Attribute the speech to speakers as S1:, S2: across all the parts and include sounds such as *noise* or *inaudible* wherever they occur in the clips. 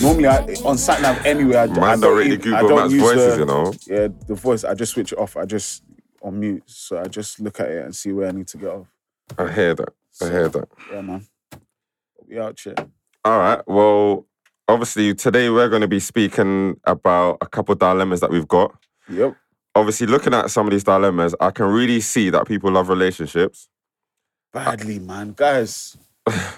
S1: Normally, I, on sat nav anyway, I, d- I don't,
S2: Man don't rate the
S1: even- I
S2: Google
S1: don't
S2: Maps
S1: use
S2: voices,
S1: the,
S2: you know.
S1: Yeah, the voice. I just switch it off. I just on mute, so I just look at it and see where I need to get off.
S2: I hear that. I hear that.
S1: Yeah, man. We out here.
S2: All right. Well, obviously today we're going to be speaking about a couple dilemmas that we've got.
S1: Yep.
S2: Obviously, looking at some of these dilemmas, I can really see that people love relationships.
S1: Badly, man.
S2: *laughs*
S1: Guys,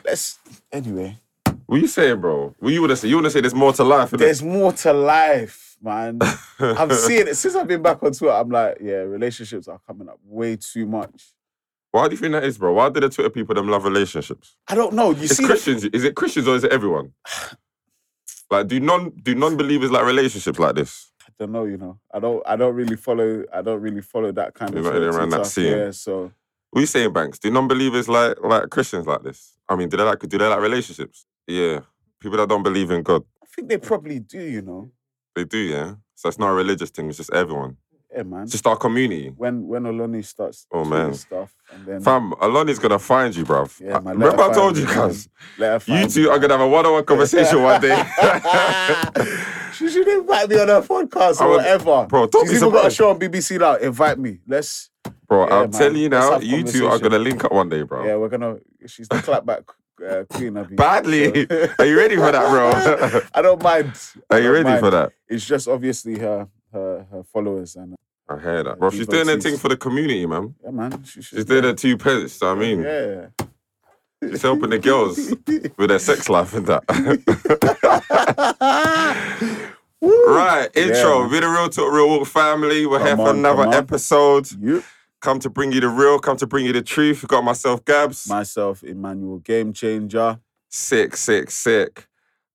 S1: let's. Anyway,
S2: What you saying, bro? What you wanna say? You wanna say there's more to life? innit?
S1: there's more to life, man.
S2: *laughs*
S1: I'm seeing it since I've been back on Twitter. I'm like, yeah, relationships are coming up way too much.
S2: Why do you think that is, bro? Why do the Twitter people them love relationships?
S1: I don't know. You
S2: It's
S1: see, the-
S2: Christians. Is it Christians or is
S1: *sighs*
S2: it everyone? Like, do non do non believers like relationships like this?
S1: I don't know. You know, I don't. I don't really follow. I don't really follow that kind
S2: You're
S1: of.
S2: not
S1: shit on
S2: around that
S1: TikTok,
S2: scene.
S1: Yeah, so.
S2: What you saying, Banks? Do non believers like like Christians like this? I mean, do they like do they like relationships? Yeah, people that don't believe in God.
S1: I think they probably do, you know.
S2: They do, yeah. So it's not a religious thing. It's just everyone.
S1: Yeah, man.
S2: It's just our community.
S1: when when Oloni starts
S2: Oh,
S1: doing
S2: man.
S1: this stuff, and then
S2: Fam, Alani's gonna find you, bruv.
S1: yeah,
S2: I-
S1: man, let her
S2: Remember I
S1: find
S2: told
S1: me,
S2: you
S1: man.
S2: guys.
S1: Let her
S2: You
S1: find
S2: two
S1: me.
S2: are gonna have
S1: *laughs*
S2: a one-on-one conversation one day.
S1: she should invite me on her podcast
S2: I
S1: or
S2: would-
S1: whatever.
S2: Bro, don't
S1: She's
S2: be
S1: even got a
S2: surprised.
S1: show on BBC now. Invite me. Let's.
S2: bro,
S1: Yeah,
S2: I'm
S1: man,
S2: telling you
S1: let's
S2: now,
S1: have
S2: you two are
S1: conversation.
S2: gonna link up one day, bro.
S1: Yeah, we're gonna. She's the clapback uh, queen.
S2: *laughs*
S1: Of
S2: Badly. *laughs* are you ready for that, bro?
S1: *laughs* I don't mind. I
S2: *laughs* are you
S1: don't
S2: ready
S1: mind.
S2: for that?
S1: It's just obviously her her her followers and
S2: I hear that. Bro, she's
S1: Deep
S2: doing her
S1: OTs.
S2: thing for the community, man.
S1: yeah, man. She should.
S2: She's doing her two pence, do you know what I mean?
S1: Yeah.
S2: She's helping the
S1: *laughs*
S2: girls with their sex life and that. *laughs* right, intro.
S1: man.
S2: We're the Real Talk Real Walk family. We're here
S1: Come
S2: for
S1: on,
S2: another
S1: come on.
S2: episode.
S1: You
S2: Come to bring you the real, come to bring you the truth. We've got myself, Gabs.
S1: myself, Emmanuel, game changer.
S2: sick, sick, sick.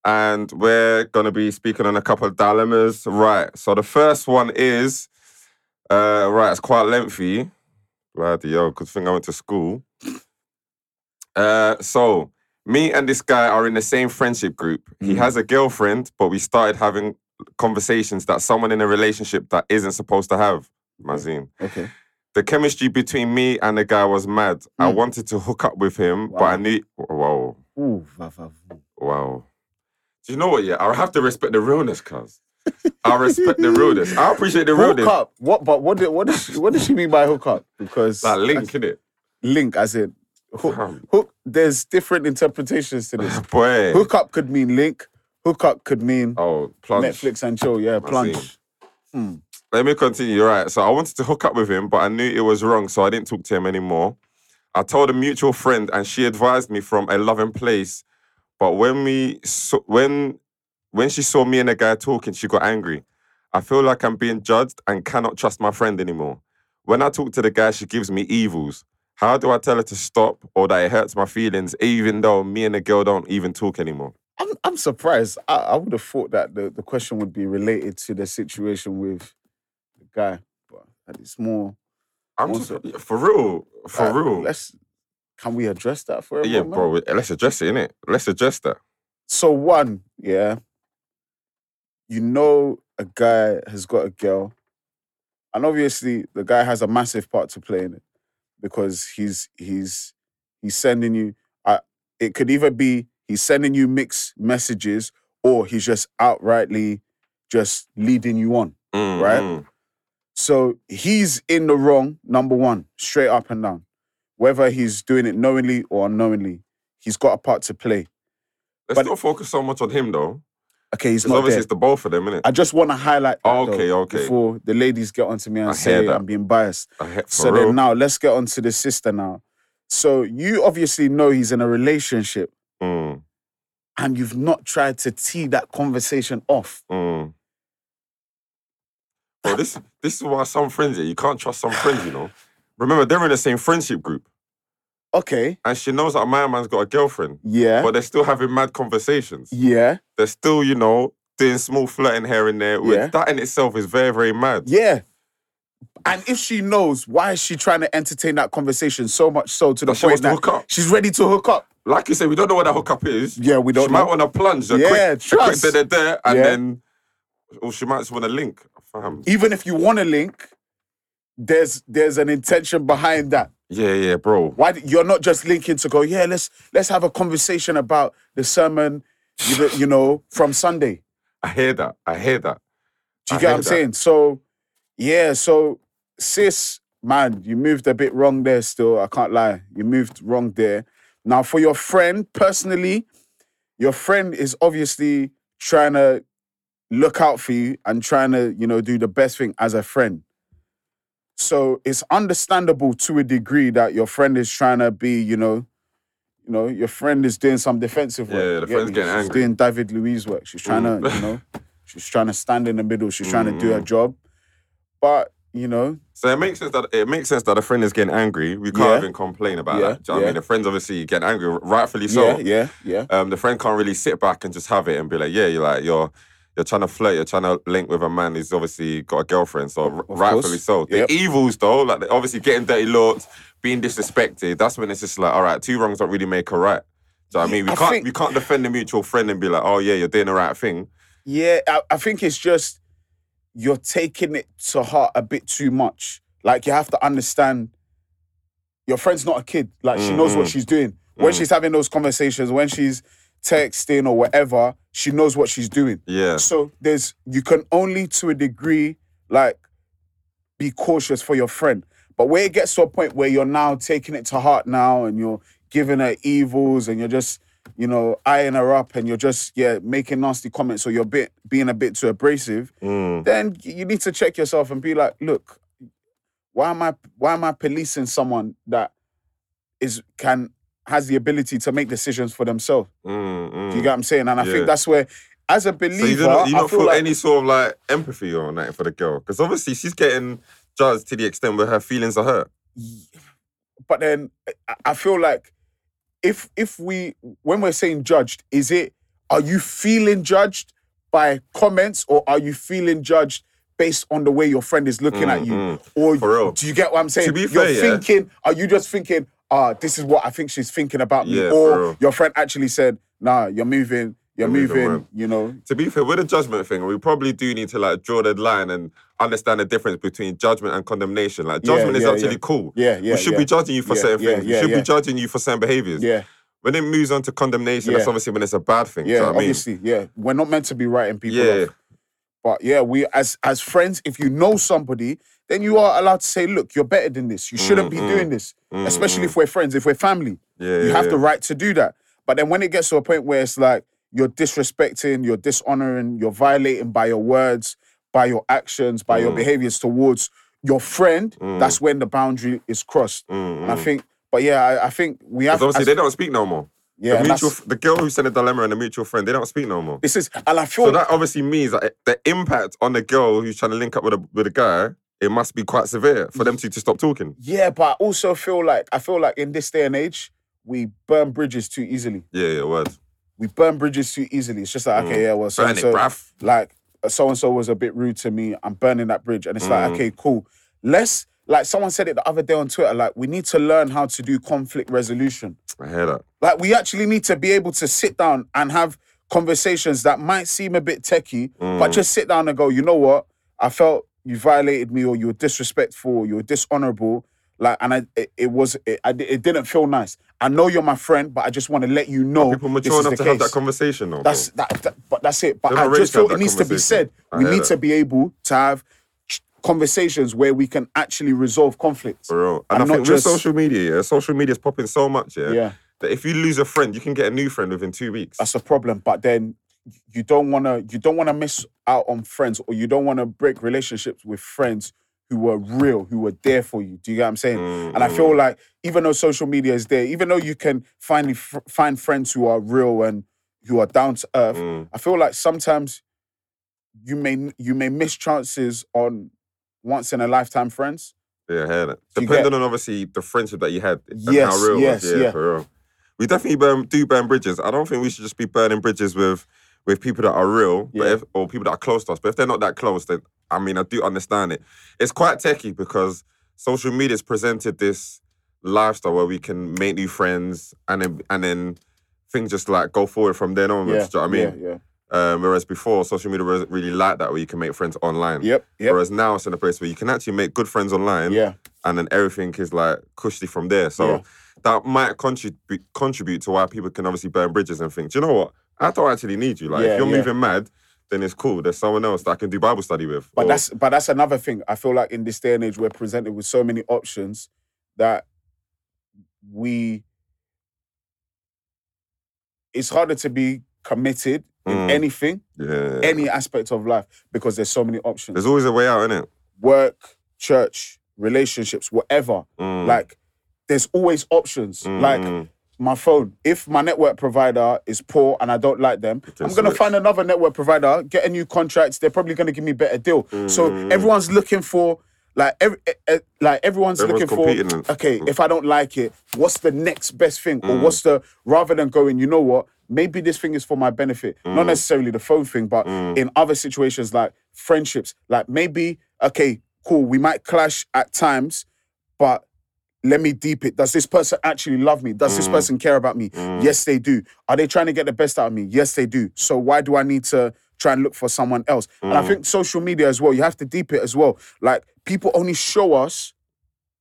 S2: And we're going to be speaking on a couple of dilemmas. Right. So the first one is, uh, right, it's quite lengthy. Bloody yo, good thing I went to school. Uh, so me and this guy are in the same friendship group. He
S1: Mhm.
S2: has a girlfriend, but we started having conversations that someone in a relationship that isn't supposed to have. Mazine.
S1: Okay.
S2: The chemistry between me and the guy was mad. I
S1: Mm.
S2: wanted to hook up with him, but
S1: Wow.
S2: I knew. Whoa.
S1: Ooh, va, va, va.
S2: Wow. Do you know what? Yeah, I have to respect the realness, cuz. I respect the realness. I
S1: *laughs*
S2: appreciate the
S1: Hook
S2: realness.
S1: up. What? But what did what did she, what did she mean by hook up? Because
S2: That link, innit? *laughs*
S1: link, as in hook.
S2: Fam.
S1: hook there's different interpretations to
S2: *sighs*
S1: this.
S2: Boy.
S1: hook up could mean link. Hook up could mean
S2: Oh, plunge.
S1: Netflix and chill. Yeah,
S2: I
S1: plunge.
S2: see. Let me continue. Right. So I wanted to hook up with him, but I knew it was wrong, so I didn't talk to him anymore. I told a mutual friend, and she advised me from a loving place. But when we saw, when when she saw me and a guy talking, she got angry. I feel like I'm being judged and cannot trust my friend anymore. When I talk to the guy, she gives me evils. How do I tell her to stop or that it hurts my feelings, even though me and the girl don't even talk anymore?
S1: I'm I'm surprised. I, I would have thought that the, the question would be related to the situation with the guy, but it's more
S2: I'm
S1: One
S2: just, for real, for
S1: uh,
S2: real.
S1: Let's can we address that for a
S2: yeah,
S1: moment?
S2: bro. Let's address it, innit? Let's address that.
S1: So one, yeah, you know a guy has got a girl, and obviously the guy has a massive part to play in it because he's he's he's sending you. Uh, it could either be he's sending you mixed messages or he's just outrightly just leading you on.
S2: Mm,
S1: Right?
S2: mm.
S1: So he's in the wrong, number one, straight up and down. Whether he's doing it knowingly or unknowingly, he's got a part to play.
S2: Let's
S1: But-
S2: not focus so much on him though.
S1: Okay, he's
S2: Because
S1: not
S2: obviously
S1: there.
S2: it's the both of them, innit?
S1: I just want to highlight that
S2: Oh, okay,
S1: though,
S2: okay.
S1: before the ladies get onto me and
S2: I hear
S1: say
S2: that.
S1: I'm being biased.
S2: I, he- for
S1: so
S2: real.
S1: then now let's get onto the sister now. So you obviously know he's in a relationship
S2: Mm,
S1: *laughs* and you've not tried to tee that conversation off.
S2: mm. Bro, this this is why some friends yeah, you can't trust some friends, you know. Remember, they're in the same friendship group,
S1: Okay.
S2: and she knows that my man's got a girlfriend,
S1: Yeah.
S2: but they're still having mad conversations.
S1: yeah.
S2: They're still, you know, doing small flirting here and there. Which
S1: Yeah.
S2: that in itself is very, very mad.
S1: Yeah. And if she knows, why is she trying to entertain that conversation so much so to the
S2: That she
S1: point
S2: wants to
S1: that
S2: hook up.
S1: she's ready to hook up?
S2: Like you said, we don't know what that hookup is.
S1: Yeah, we don't
S2: she
S1: know.
S2: might want to plunge. A
S1: Yeah,
S2: quick,
S1: trust.
S2: A quick there, there, and
S1: Yeah.
S2: then, or she might just want to link. Fam.
S1: Even if you want to link, there's there's an intention behind that.
S2: Yeah, yeah, bro.
S1: Why d- you're not just linking to go? Yeah, let's let's have a conversation about the sermon you, know- you know, from Sunday.
S2: I hear that. I hear that.
S1: Do you get
S2: I hear
S1: what I'm
S2: that.
S1: saying? So, yeah, so sis, man, you moved a bit wrong there still. I can't lie. You moved wrong there. Now, for your friend, personally, your friend is obviously trying to look out for you and trying to, you know, do the best thing as a friend. So it's understandable to a degree that your friend is trying to be, you know, you know, your friend is doing some defensive work.
S2: Yeah, the
S1: you get
S2: friend's
S1: me?
S2: getting
S1: She's
S2: angry.
S1: doing David Luiz work. She's trying
S2: Mm.
S1: to, you know, She's trying to stand in the middle. She's trying to do her
S2: Mm.
S1: job. But, you know,
S2: So it makes sense that it makes sense that a friend is getting angry. We can't
S1: Yeah.
S2: even complain about
S1: Yeah,
S2: that. Do you know what
S1: yeah.
S2: I mean? The friend's obviously getting angry, rightfully
S1: yeah,
S2: so.
S1: yeah, yeah.
S2: um, the friend can't really sit back and just have it and be like, yeah, you're like you're you're trying to flirt, you're trying to link with a man who's obviously got a girlfriend, so r-
S1: course.
S2: rightfully so.
S1: Yep.
S2: The evils though, like the- obviously getting dirty looked, being disrespected, that's when it's just like, all right, two wrongs don't really make a right. Do you know what I mean? We
S1: I
S2: can't
S1: think-
S2: we can't defend a mutual friend and be like, oh yeah, you're doing the right thing.
S1: Yeah, I, I think it's just you're taking it to heart a bit too much. Like, you have to understand your friend's not a kid. Like, she knows what
S2: Mm-mm.
S1: she's doing. When
S2: Mm.
S1: she's having those conversations, when she's texting or whatever, she knows what she's doing.
S2: Yeah.
S1: So there's you can only to a degree like be cautious for your friend. But where it gets to a point where you're now taking it to heart now and you're giving her evils and you're just, you know, eyeing her up and you're just, yeah, making nasty comments or you're bit being a bit too abrasive,
S2: Mm.
S1: then y- you need to check yourself and be like, look, why am I why am I policing someone that is can has the ability to make decisions for themselves?
S2: Mm, mm.
S1: Do you get what I'm saying? And I
S2: Yeah.
S1: think that's where as a believer,
S2: so you don't, you
S1: I
S2: don't
S1: feel
S2: feel
S1: like
S2: any sort of like empathy or nothing for the girl. Because obviously she's getting judged to the extent where her feelings are hurt.
S1: but then I- I feel like if if we when we're saying judged, is it are you feeling judged by comments or are you feeling judged based on the way your friend is looking at you?
S2: Mm, mm.
S1: Or
S2: For real.
S1: do you get what I'm saying?
S2: be
S1: you're
S2: fair, yeah.
S1: thinking, are you just thinking, ah, this is what I think she's thinking about me?
S2: Yeah, for
S1: or
S2: real.
S1: your friend actually said, nah, you're moving, you're,
S2: You're moving
S1: moving,
S2: wrong.
S1: you know.
S2: to be fair, with the judgment thing, we probably do need to like draw the line and understand the difference between judgment and condemnation. Like
S1: Yeah,
S2: judgment is
S1: yeah,
S2: actually
S1: yeah.
S2: cool.
S1: Yeah, yeah.
S2: we should
S1: yeah,
S2: be judging you for
S1: Yeah,
S2: certain
S1: yeah,
S2: things.
S1: yeah,
S2: we should
S1: yeah.
S2: be judging you for certain behaviors.
S1: Yeah,
S2: When it moves on to condemnation, that's
S1: Yeah.
S2: obviously when it's a bad thing. do you
S1: yeah,
S2: know what I mean?
S1: obviously, yeah. We're not meant to be writing people off.
S2: Yeah.
S1: But yeah, we as as friends, if you know somebody, then you are allowed to say, look, you're better than this. You shouldn't be
S2: Mm,
S1: doing this,
S2: Mm,
S1: especially
S2: mm.
S1: if we're friends, if we're family.
S2: yeah,
S1: You
S2: yeah,
S1: have
S2: yeah.
S1: the right to do that. But then when it gets to a point where it's like you're disrespecting, you're dishonoring, you're violating by your words, by your actions, by your
S2: Mm.
S1: behaviors towards your friend,
S2: Mm.
S1: that's when the boundary is crossed.
S2: Mm,
S1: And I
S2: mm.
S1: think, but yeah, I, I think we have
S2: Because obviously
S1: as-
S2: they don't speak no more.
S1: yeah,
S2: the
S1: and
S2: mutual,
S1: that's-
S2: the girl who sent a dilemma and the mutual friend, they don't speak no more.
S1: this is and I feel
S2: So that obviously means that the impact on the girl who's trying to link up with a with a guy, it must be quite severe for them two to stop talking.
S1: yeah, but I also feel like I feel like in this day and age, we burn bridges too easily.
S2: Yeah, yeah, word.
S1: we burn bridges too easily. It's just like, okay,
S2: Mm.
S1: yeah, well, so
S2: Burn
S1: and
S2: it,
S1: so,
S2: bruv.
S1: like, so and so was a bit rude to me. I'm burning that bridge, and it's like,
S2: Mm.
S1: okay, cool. Let's like someone said it the other day on Twitter. Like, we need to learn how to do conflict resolution.
S2: I hear that.
S1: Like, we actually need to be able to sit down and have conversations that might seem a bit techie, but
S2: Mm.
S1: just sit down and go, you know what? I felt you violated me, or you were disrespectful, or you were dishonorable. Like, and I, it, it was, it, I, it didn't feel nice. I know you're my friend, but I just want to let you know.
S2: People
S1: this
S2: mature
S1: is
S2: enough
S1: the
S2: to have that
S1: case.
S2: conversation, though.
S1: That's that, that- But that's it. But
S2: They're
S1: I
S2: not ready
S1: just
S2: to have
S1: feel it
S2: that
S1: needs to be said.
S2: conversation. I
S1: We
S2: hear
S1: need
S2: that.
S1: to be able to have ch- conversations where we can actually resolve conflicts.
S2: for real.
S1: I'm
S2: And I
S1: not
S2: think
S1: just-
S2: with social media, yeah, social media is popping so much, yeah,
S1: Yeah,
S2: that if you lose a friend, you can get a new friend within two weeks.
S1: that's a problem. But then you don't want to. You don't want to miss out on friends, or you don't want to break relationships with friends who were real, who were there for you. Do you get what I'm saying?
S2: Mm,
S1: And I
S2: mm.
S1: feel like even though social media is there, even though you can finally f- find friends who are real and who are down to earth,
S2: Mm.
S1: I feel like sometimes you may you may miss chances on once in a lifetime friends.
S2: Yeah, I hear that.
S1: You
S2: Depending
S1: get-
S2: on obviously the friendship that you had and
S1: Yes,
S2: how real
S1: yes,
S2: it was. Yeah,
S1: yeah.
S2: for real. We definitely burn, do burn bridges. I don't think we should just be burning bridges with with people that are real, but
S1: Yeah.
S2: if, or people that are close to us. But if they're not that close, then I mean, I do understand it. It's quite techie because social media's presented this lifestyle where we can make new friends and then, and then things just like go forward from then on.
S1: yeah,
S2: do you know what I mean?
S1: yeah, yeah.
S2: Um, whereas before, social media wasn't really like that, where you can make friends online.
S1: Yep, yep,
S2: Whereas now it's in a place where you can actually make good friends online
S1: yeah,
S2: and then everything is like cushy from there. So
S1: Yeah.
S2: that might contribute contribute to why people can obviously burn bridges and think, do you know what? I don't actually need you. Like,
S1: Yeah,
S2: if you're
S1: yeah.
S2: moving mad, then it's cool. There's someone else that I can do Bible study with.
S1: But
S2: Or-
S1: that's but that's another thing. I feel like in this day and age, we're presented with so many options that we it's harder to be committed in
S2: Mm.
S1: anything,
S2: yeah.
S1: any aspect of life, because there's so many options.
S2: There's always a way out, innit?
S1: Work, church, relationships, whatever.
S2: Mm.
S1: Like there's always options.
S2: Mm,
S1: Like
S2: mm.
S1: my phone. If my network provider is poor and I don't like them,
S2: can
S1: I'm gonna
S2: switch.
S1: find another network provider, get a new contract. They're probably gonna give me better deal. So
S2: Mm.
S1: everyone's looking for like every eh, eh, like everyone's,
S2: Everyone's
S1: looking
S2: competing.
S1: for okay. If I don't like it, what's the next best thing, or what's the rather than going, you know what? Maybe this thing is for my benefit. Not necessarily the phone thing, but in other situations like friendships, like maybe okay, cool. We might clash at times, but let me deep it. Does this person actually love me? Does this person care about me? Yes, they do. Are they trying to get the best out of me? Yes, they do. So why do I need to try and look for someone else? And I think social media as well, you have to deep it as well. Like people only show us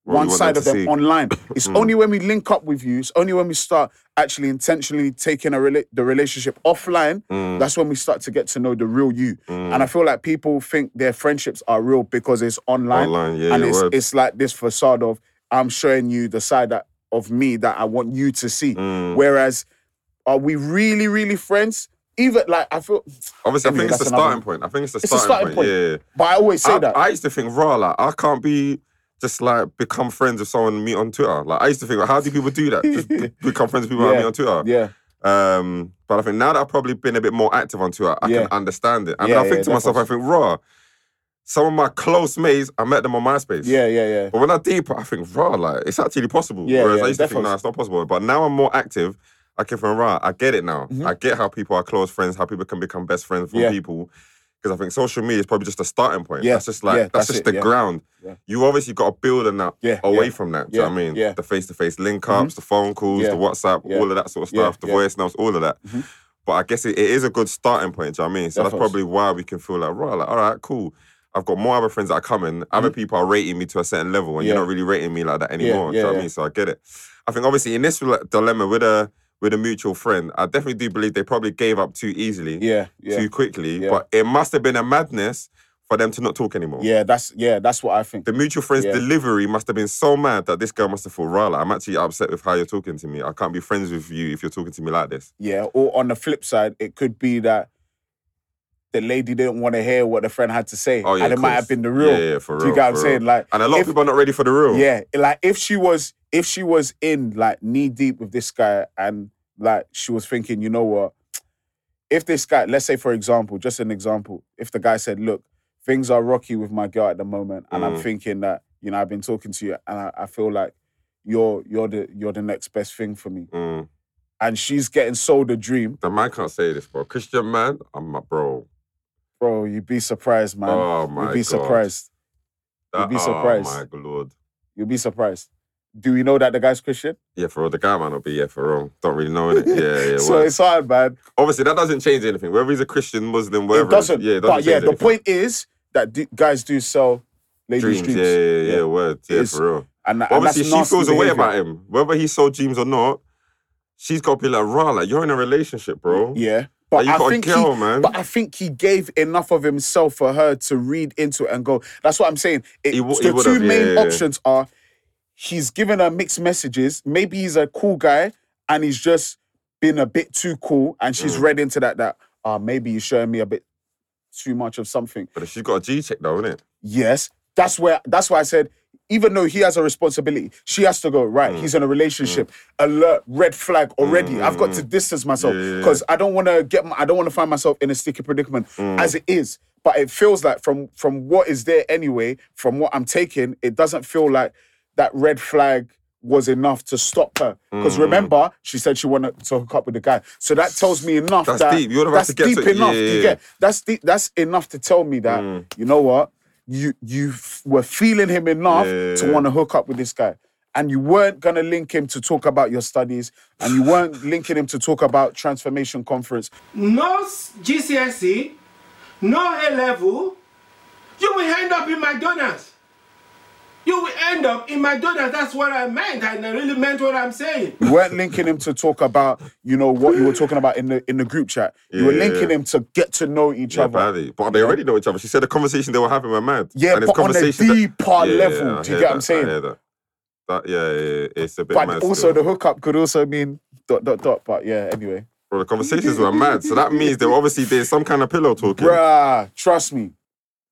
S2: What we
S1: one
S2: want
S1: side
S2: them
S1: of
S2: to
S1: them
S2: see. *coughs*
S1: online. It's only when we link up with you, it's only when we start actually intentionally taking a rela- the relationship offline,
S2: Mm.
S1: that's when we start to get to know the real you. And I feel like people think their friendships are real because it's online
S2: Online, yeah,
S1: and
S2: yeah,
S1: it's,
S2: word.
S1: it's like this facade of I'm showing you the side that, of me that I want you to see.
S2: Mm.
S1: Whereas, are we really, really friends? Even like I feel,
S2: Obviously, I
S1: Anyway,
S2: think it's the
S1: that's another-
S2: starting point. I think it's the
S1: It's a
S2: starting,
S1: starting
S2: point.
S1: point.
S2: Yeah.
S1: but I always say
S2: I,
S1: that.
S2: I used to think, raw, like, I can't be just like become friends with someone and meet on Twitter. Like, I used to think, like, how do people do that? Just be-
S1: *laughs*
S2: become friends with people I
S1: Yeah.
S2: meet on Twitter.
S1: yeah,
S2: Um, but I think now that I've probably been a bit more active on Twitter, I
S1: Yeah.
S2: can understand it. And
S1: Yeah,
S2: I think
S1: yeah,
S2: to myself, I think, raw, some of my close mates, I met them on MySpace.
S1: yeah, yeah, yeah.
S2: But when I deeper, I think, raw, like, it's actually possible.
S1: Yeah,
S2: Whereas
S1: yeah,
S2: I used to think,
S1: definitely.
S2: nah, it's not possible. But now I'm more active. I came from raw. I get it now. I get how people are close friends, how people can become best friends from
S1: Mm-hmm. Yeah.
S2: people. Because I think social media is probably just a starting point.
S1: Yeah,
S2: That's just like,
S1: yeah,
S2: that's,
S1: that's
S2: just
S1: it,
S2: the
S1: yeah.
S2: ground.
S1: Yeah.
S2: You obviously got to build on that
S1: Yeah,
S2: away
S1: yeah.
S2: from that. do you
S1: Yeah,
S2: know what I mean?
S1: yeah. Mm-hmm.
S2: The face to face link ups, the phone calls,
S1: Yeah.
S2: the WhatsApp,
S1: Yeah.
S2: all of that sort of
S1: Yeah,
S2: stuff, the
S1: yeah.
S2: voice notes, all of that.
S1: Mhm.
S2: But I guess it, it is a good starting point. Do you know what I mean? So that's
S1: Definitely.
S2: probably why we can feel like, right, like, all right, cool. I've got more other friends that are coming. Other people are rating me to a certain level, and you're
S1: Mm-hmm. Yeah.
S2: not really rating me like that anymore. do
S1: yeah,
S2: you know what I
S1: yeah.
S2: mean? So I get it. I think obviously in this like, dilemma with a with a mutual friend, I definitely do believe they probably gave up too easily,
S1: Yeah, yeah,
S2: too quickly.
S1: Yeah.
S2: But it must have been a madness for them to not talk anymore.
S1: yeah. That's yeah, that's what I think.
S2: The mutual friend's
S1: Yeah.
S2: delivery must have been so mad that this girl must have thought, right, like, I'm actually upset with how you're talking to me. I can't be friends with you if you're talking to me like this.
S1: Yeah, or on the flip side, it could be that the lady didn't want to hear what the friend had to say,
S2: Oh, yeah,
S1: and it
S2: of
S1: might
S2: course.
S1: have been the real.
S2: Yeah, yeah, for real.
S1: Do you get what I'm
S2: for real.
S1: saying? Like,
S2: and a lot
S1: if-
S2: of people are not ready for the real.
S1: Yeah, like if she was if she was in like knee deep with this guy and like she was thinking, you know what, if this guy, let's say for example, just an example, if the guy said, look, things are rocky with my girl at the moment, and I'm
S2: Mm.
S1: thinking that you know I've been talking to you, and I, I feel like you're you're the you're the next best thing for me,
S2: Mm.
S1: and she's getting sold a dream,
S2: The man can't say this, bro. Christian man, I'm a bro.
S1: bro. You'd be surprised, man.
S2: Oh my
S1: You'd be
S2: God.
S1: surprised.
S2: That-
S1: be surprised.
S2: Oh my good lord.
S1: You'd be surprised. Do we know that the guy's Christian?
S2: Yeah, for real. The guy might not be, yeah, for real. Don't really
S1: *laughs*
S2: know it. Yeah, yeah.
S1: so
S2: well.
S1: it's hard, man.
S2: Obviously, that doesn't change anything. Whether he's a Christian, Muslim, whatever.
S1: it doesn't.
S2: Yeah, it doesn't
S1: but yeah,
S2: change
S1: the
S2: anything.
S1: point is that d- guys do sell ladies'
S2: Dreams,
S1: dreams,
S2: Yeah, yeah, yeah,
S1: Yeah.
S2: word. Yeah,
S1: It's-
S2: for real.
S1: and, and
S2: Obviously,
S1: that's
S2: she
S1: nasty
S2: feels a way
S1: behaviour.
S2: about him. Whether he sold dreams or not, she's got to be like, rah, like, you're in a relationship, bro.
S1: Yeah,
S2: Like,
S1: but
S2: you
S1: I
S2: got
S1: think
S2: a girl,
S1: he,
S2: man.
S1: but I think he gave enough of himself for her to read into it and go. That's what I'm saying. It,
S2: He wou- he
S1: the
S2: would
S1: two
S2: have, yeah,
S1: main
S2: yeah, yeah.
S1: options are he's given her mixed messages. Maybe he's a cool guy and he's just been a bit too cool, and she's
S2: Mm.
S1: read into that that ah maybe you're showing me a bit too much of something.
S2: But she's got a G check, though, innit?
S1: Yes, that's where that's why I said even though he has a responsibility, she has to go right.
S2: Mm.
S1: He's in a relationship. Alert, red flag already. I've got to distance myself
S2: Mm. Yeah, yeah, yeah.
S1: because I don't want to get. My, I don't want to find myself in a sticky predicament
S2: Mm.
S1: as it is. But it feels like from from what is there anyway, from what I'm taking, it doesn't feel like that red flag was enough to stop her. Because
S2: Mm.
S1: remember, she said she wanted to hook up with the guy. So that tells me enough
S2: That's
S1: that
S2: deep. You would have had
S1: that's
S2: to get
S1: deep
S2: to it.
S1: enough.
S2: Yeah,
S1: you
S2: yeah,
S1: get that's deep, that's enough to tell me that
S2: Mm.
S1: you know what you you f- were feeling him enough
S2: Yeah.
S1: to want to hook up with this guy and you weren't going to link him to talk about your studies and you
S2: *sighs*
S1: weren't linking him to talk about transformation conference
S3: no GCSE, no A level, you will end up in McDonald's. you will end up in my daughter. That's what I meant, and I really meant what I'm saying.
S1: You weren't linking him to talk about, you know, what you were talking about in the in the group chat. You were
S2: Yeah, yeah,
S1: linking
S2: yeah.
S1: him to get to know each
S2: Yeah,
S1: other.
S2: badly. But they already know each other. She said the conversation they were having were mad.
S1: Yeah,
S2: and it's
S1: but on a
S2: conversations that-
S1: deeper
S2: Yeah,
S1: level.
S2: I
S1: do you
S2: hear
S1: get what I'm
S2: that, I
S1: saying?
S2: hear that. That- yeah, yeah, yeah, it's a bit
S1: But
S2: mad.
S1: also
S2: still.
S1: the hookup could also mean dot dot dot. But yeah, anyway.
S2: Bro, the conversations were mad. So that means they were obviously doing some kind of pillow talking.
S1: Bruh, trust me.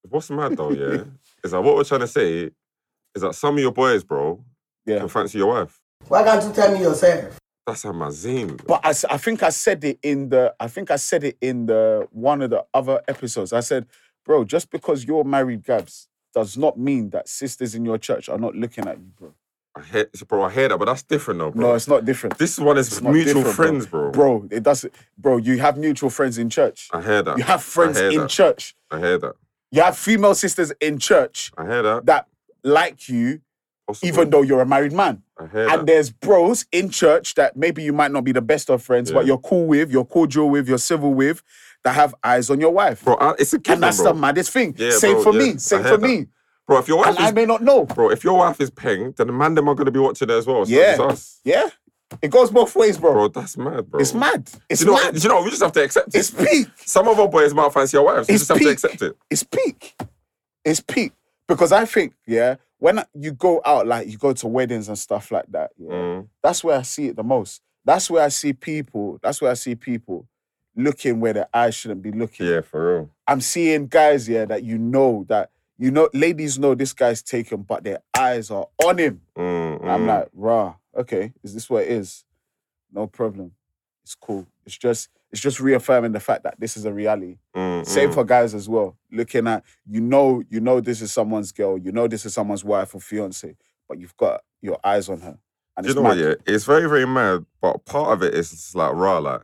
S2: What's mad
S1: *laughs*
S2: though, yeah, is that what we're trying to say is that some of your boys, bro,
S1: Yeah.
S2: can fancy your wife.
S4: Why can't you tell me yourself?
S2: That's a mazine.
S1: But I, s- I think I said it in the I think I said it in the one of the other episodes. I said, bro, just because you're married, Gabs, does not mean that sisters in your church are not looking at you, bro.
S2: I hear, bro, I hear that, but that's different though, bro.
S1: No, it's not different.
S2: this one is
S1: It's not
S2: mutual
S1: different,
S2: friends, bro.
S1: Bro, it does Bro, you have mutual friends in church.
S2: I hear that.
S1: You have friends
S2: I hear
S1: in
S2: that.
S1: church.
S2: I hear that.
S1: You have female sisters in church
S2: I hear that.
S1: that like you,
S2: Possible.
S1: even though you're a married man.
S2: I hear that.
S1: And there's bros in church that maybe you might not be the best of friends, but
S2: Yeah.
S1: you're cool with, you're cordial with, you're civil with, that have eyes on your wife.
S2: bro, I- it's a given,
S1: and that's the
S2: bro.
S1: maddest thing.
S2: Yeah,
S1: same
S2: bro,
S1: for
S2: yeah,
S1: me.
S2: I
S1: Same
S2: hear
S1: for
S2: that.
S1: me.
S2: bro, if your wife
S1: And I
S2: is
S1: may not know.
S2: bro, if your wife is peng, then the man them are gonna be watching her as well. So
S1: Yeah.
S2: it's us.
S1: Yeah, it goes both ways, bro.
S2: Bro, that's mad, bro.
S1: It's mad. It's
S2: Do you know,
S1: mad.
S2: do you know, we just have to accept it.
S1: It's peak.
S2: Some of our boys might fancy our wives. We
S1: It's
S2: just have to
S1: peak.
S2: accept it.
S1: It's peak. It's peak. Because I think, yeah, when you go out, like you go to weddings and stuff like that, yeah,
S2: Mm.
S1: that's where I see it the most. That's where I see people. That's where I see people looking where their eyes shouldn't be looking.
S2: Yeah, for real.
S1: I'm seeing guys here that you know that you know ladies know this guy's taken, but their eyes are on him.
S2: Mm,
S1: And I'm
S2: mm.
S1: like, rah, okay, is this what it is? No problem. It's cool. It's just it's just reaffirming the fact that this is a reality.
S2: Mm,
S1: Same
S2: mm.
S1: for guys as well. Looking at you know, you know this is someone's girl, you know this is someone's wife or fiance, but you've got your eyes on her. And
S2: Do you
S1: it's
S2: know what?
S1: mad.
S2: Yeah, it's very, very mad. But part of it is just like raw, like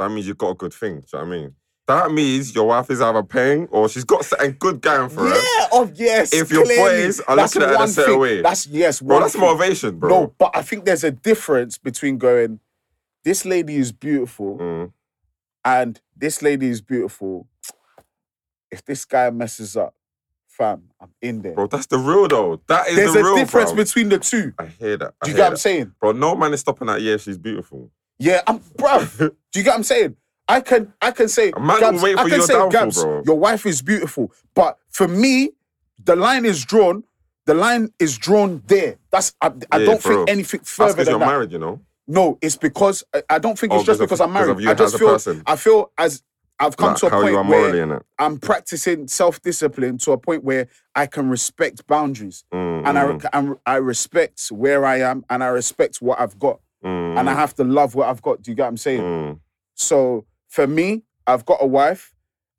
S2: that means you got a good thing. Do you know what I mean? That means your wife is either paying or she's got a good going for her.
S1: Yeah, oh yes.
S2: If your
S1: clearly.
S2: boys are
S1: That's
S2: looking at it a
S1: one
S2: certain
S1: thing.
S2: way.
S1: That's yes,
S2: Bro,
S1: one
S2: that's
S1: thing.
S2: motivation, bro.
S1: No, but I think there's a difference between going, this lady is beautiful,
S2: Mm,
S1: and this lady is beautiful. If this guy messes up, fam, I'm in there.
S2: bro, that's the real though. That is
S1: There's
S2: the
S1: a
S2: real
S1: difference
S2: bro.
S1: between the two.
S2: I hear that. I
S1: Do you
S2: hear
S1: get what I'm
S2: that.
S1: saying?
S2: Bro, no man is stopping that. Yeah, she's beautiful.
S1: Yeah, I'm
S2: *laughs*
S1: bruv. do you get what I'm saying? I can I can say
S2: A man will wait
S1: I
S2: for
S1: can
S2: your
S1: say
S2: downfall,
S1: Gabs,
S2: bro.
S1: your wife is beautiful. But for me, the line is drawn. The line is drawn there. That's I, I
S2: Yeah,
S1: don't
S2: for
S1: think
S2: real.
S1: anything
S2: That's
S1: further
S2: because
S1: than
S2: you're
S1: that.
S2: married, you know.
S1: No, it's because I, I don't think
S2: Oh,
S1: it's just
S2: 'cause of-
S1: because I'm
S2: 'cause of
S1: married.
S2: you
S1: I just
S2: as a
S1: feel
S2: person.
S1: I feel as I've come
S2: Like,
S1: to a
S2: how
S1: point
S2: you are
S1: where
S2: morally in it.
S1: I'm practicing self discipline to a point where I can respect boundaries
S2: Mm,
S1: and I,
S2: mm,
S1: re- and I respect where I am and I respect what I've got
S2: mm,
S1: and I have to love what I've got. Do you get what I'm saying?
S2: mm.
S1: So for me, I've got a wife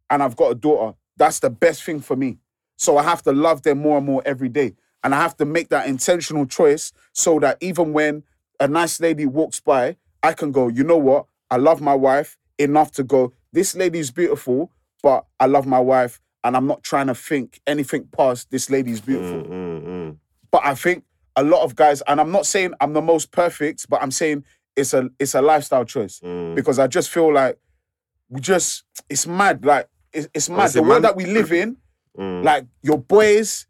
S1: and I've got a daughter. That's the best thing for me. So I have to love them more and more every day. And I have to make that intentional choice so that even when a nice lady walks by, I can go, you know what? I love my wife enough to go, this lady's beautiful, but I love my wife and I'm not trying to think anything past this lady's beautiful.
S2: Mm, mm, mm.
S1: But I think a lot of guys, and I'm not saying I'm the most perfect, but I'm saying it's a it's a lifestyle choice
S2: Mm.
S1: because I just feel like we just it's mad. Like it's, it's mad
S2: Honestly,
S1: the world
S2: man-
S1: that we live in.
S2: Mm.
S1: Like your boys.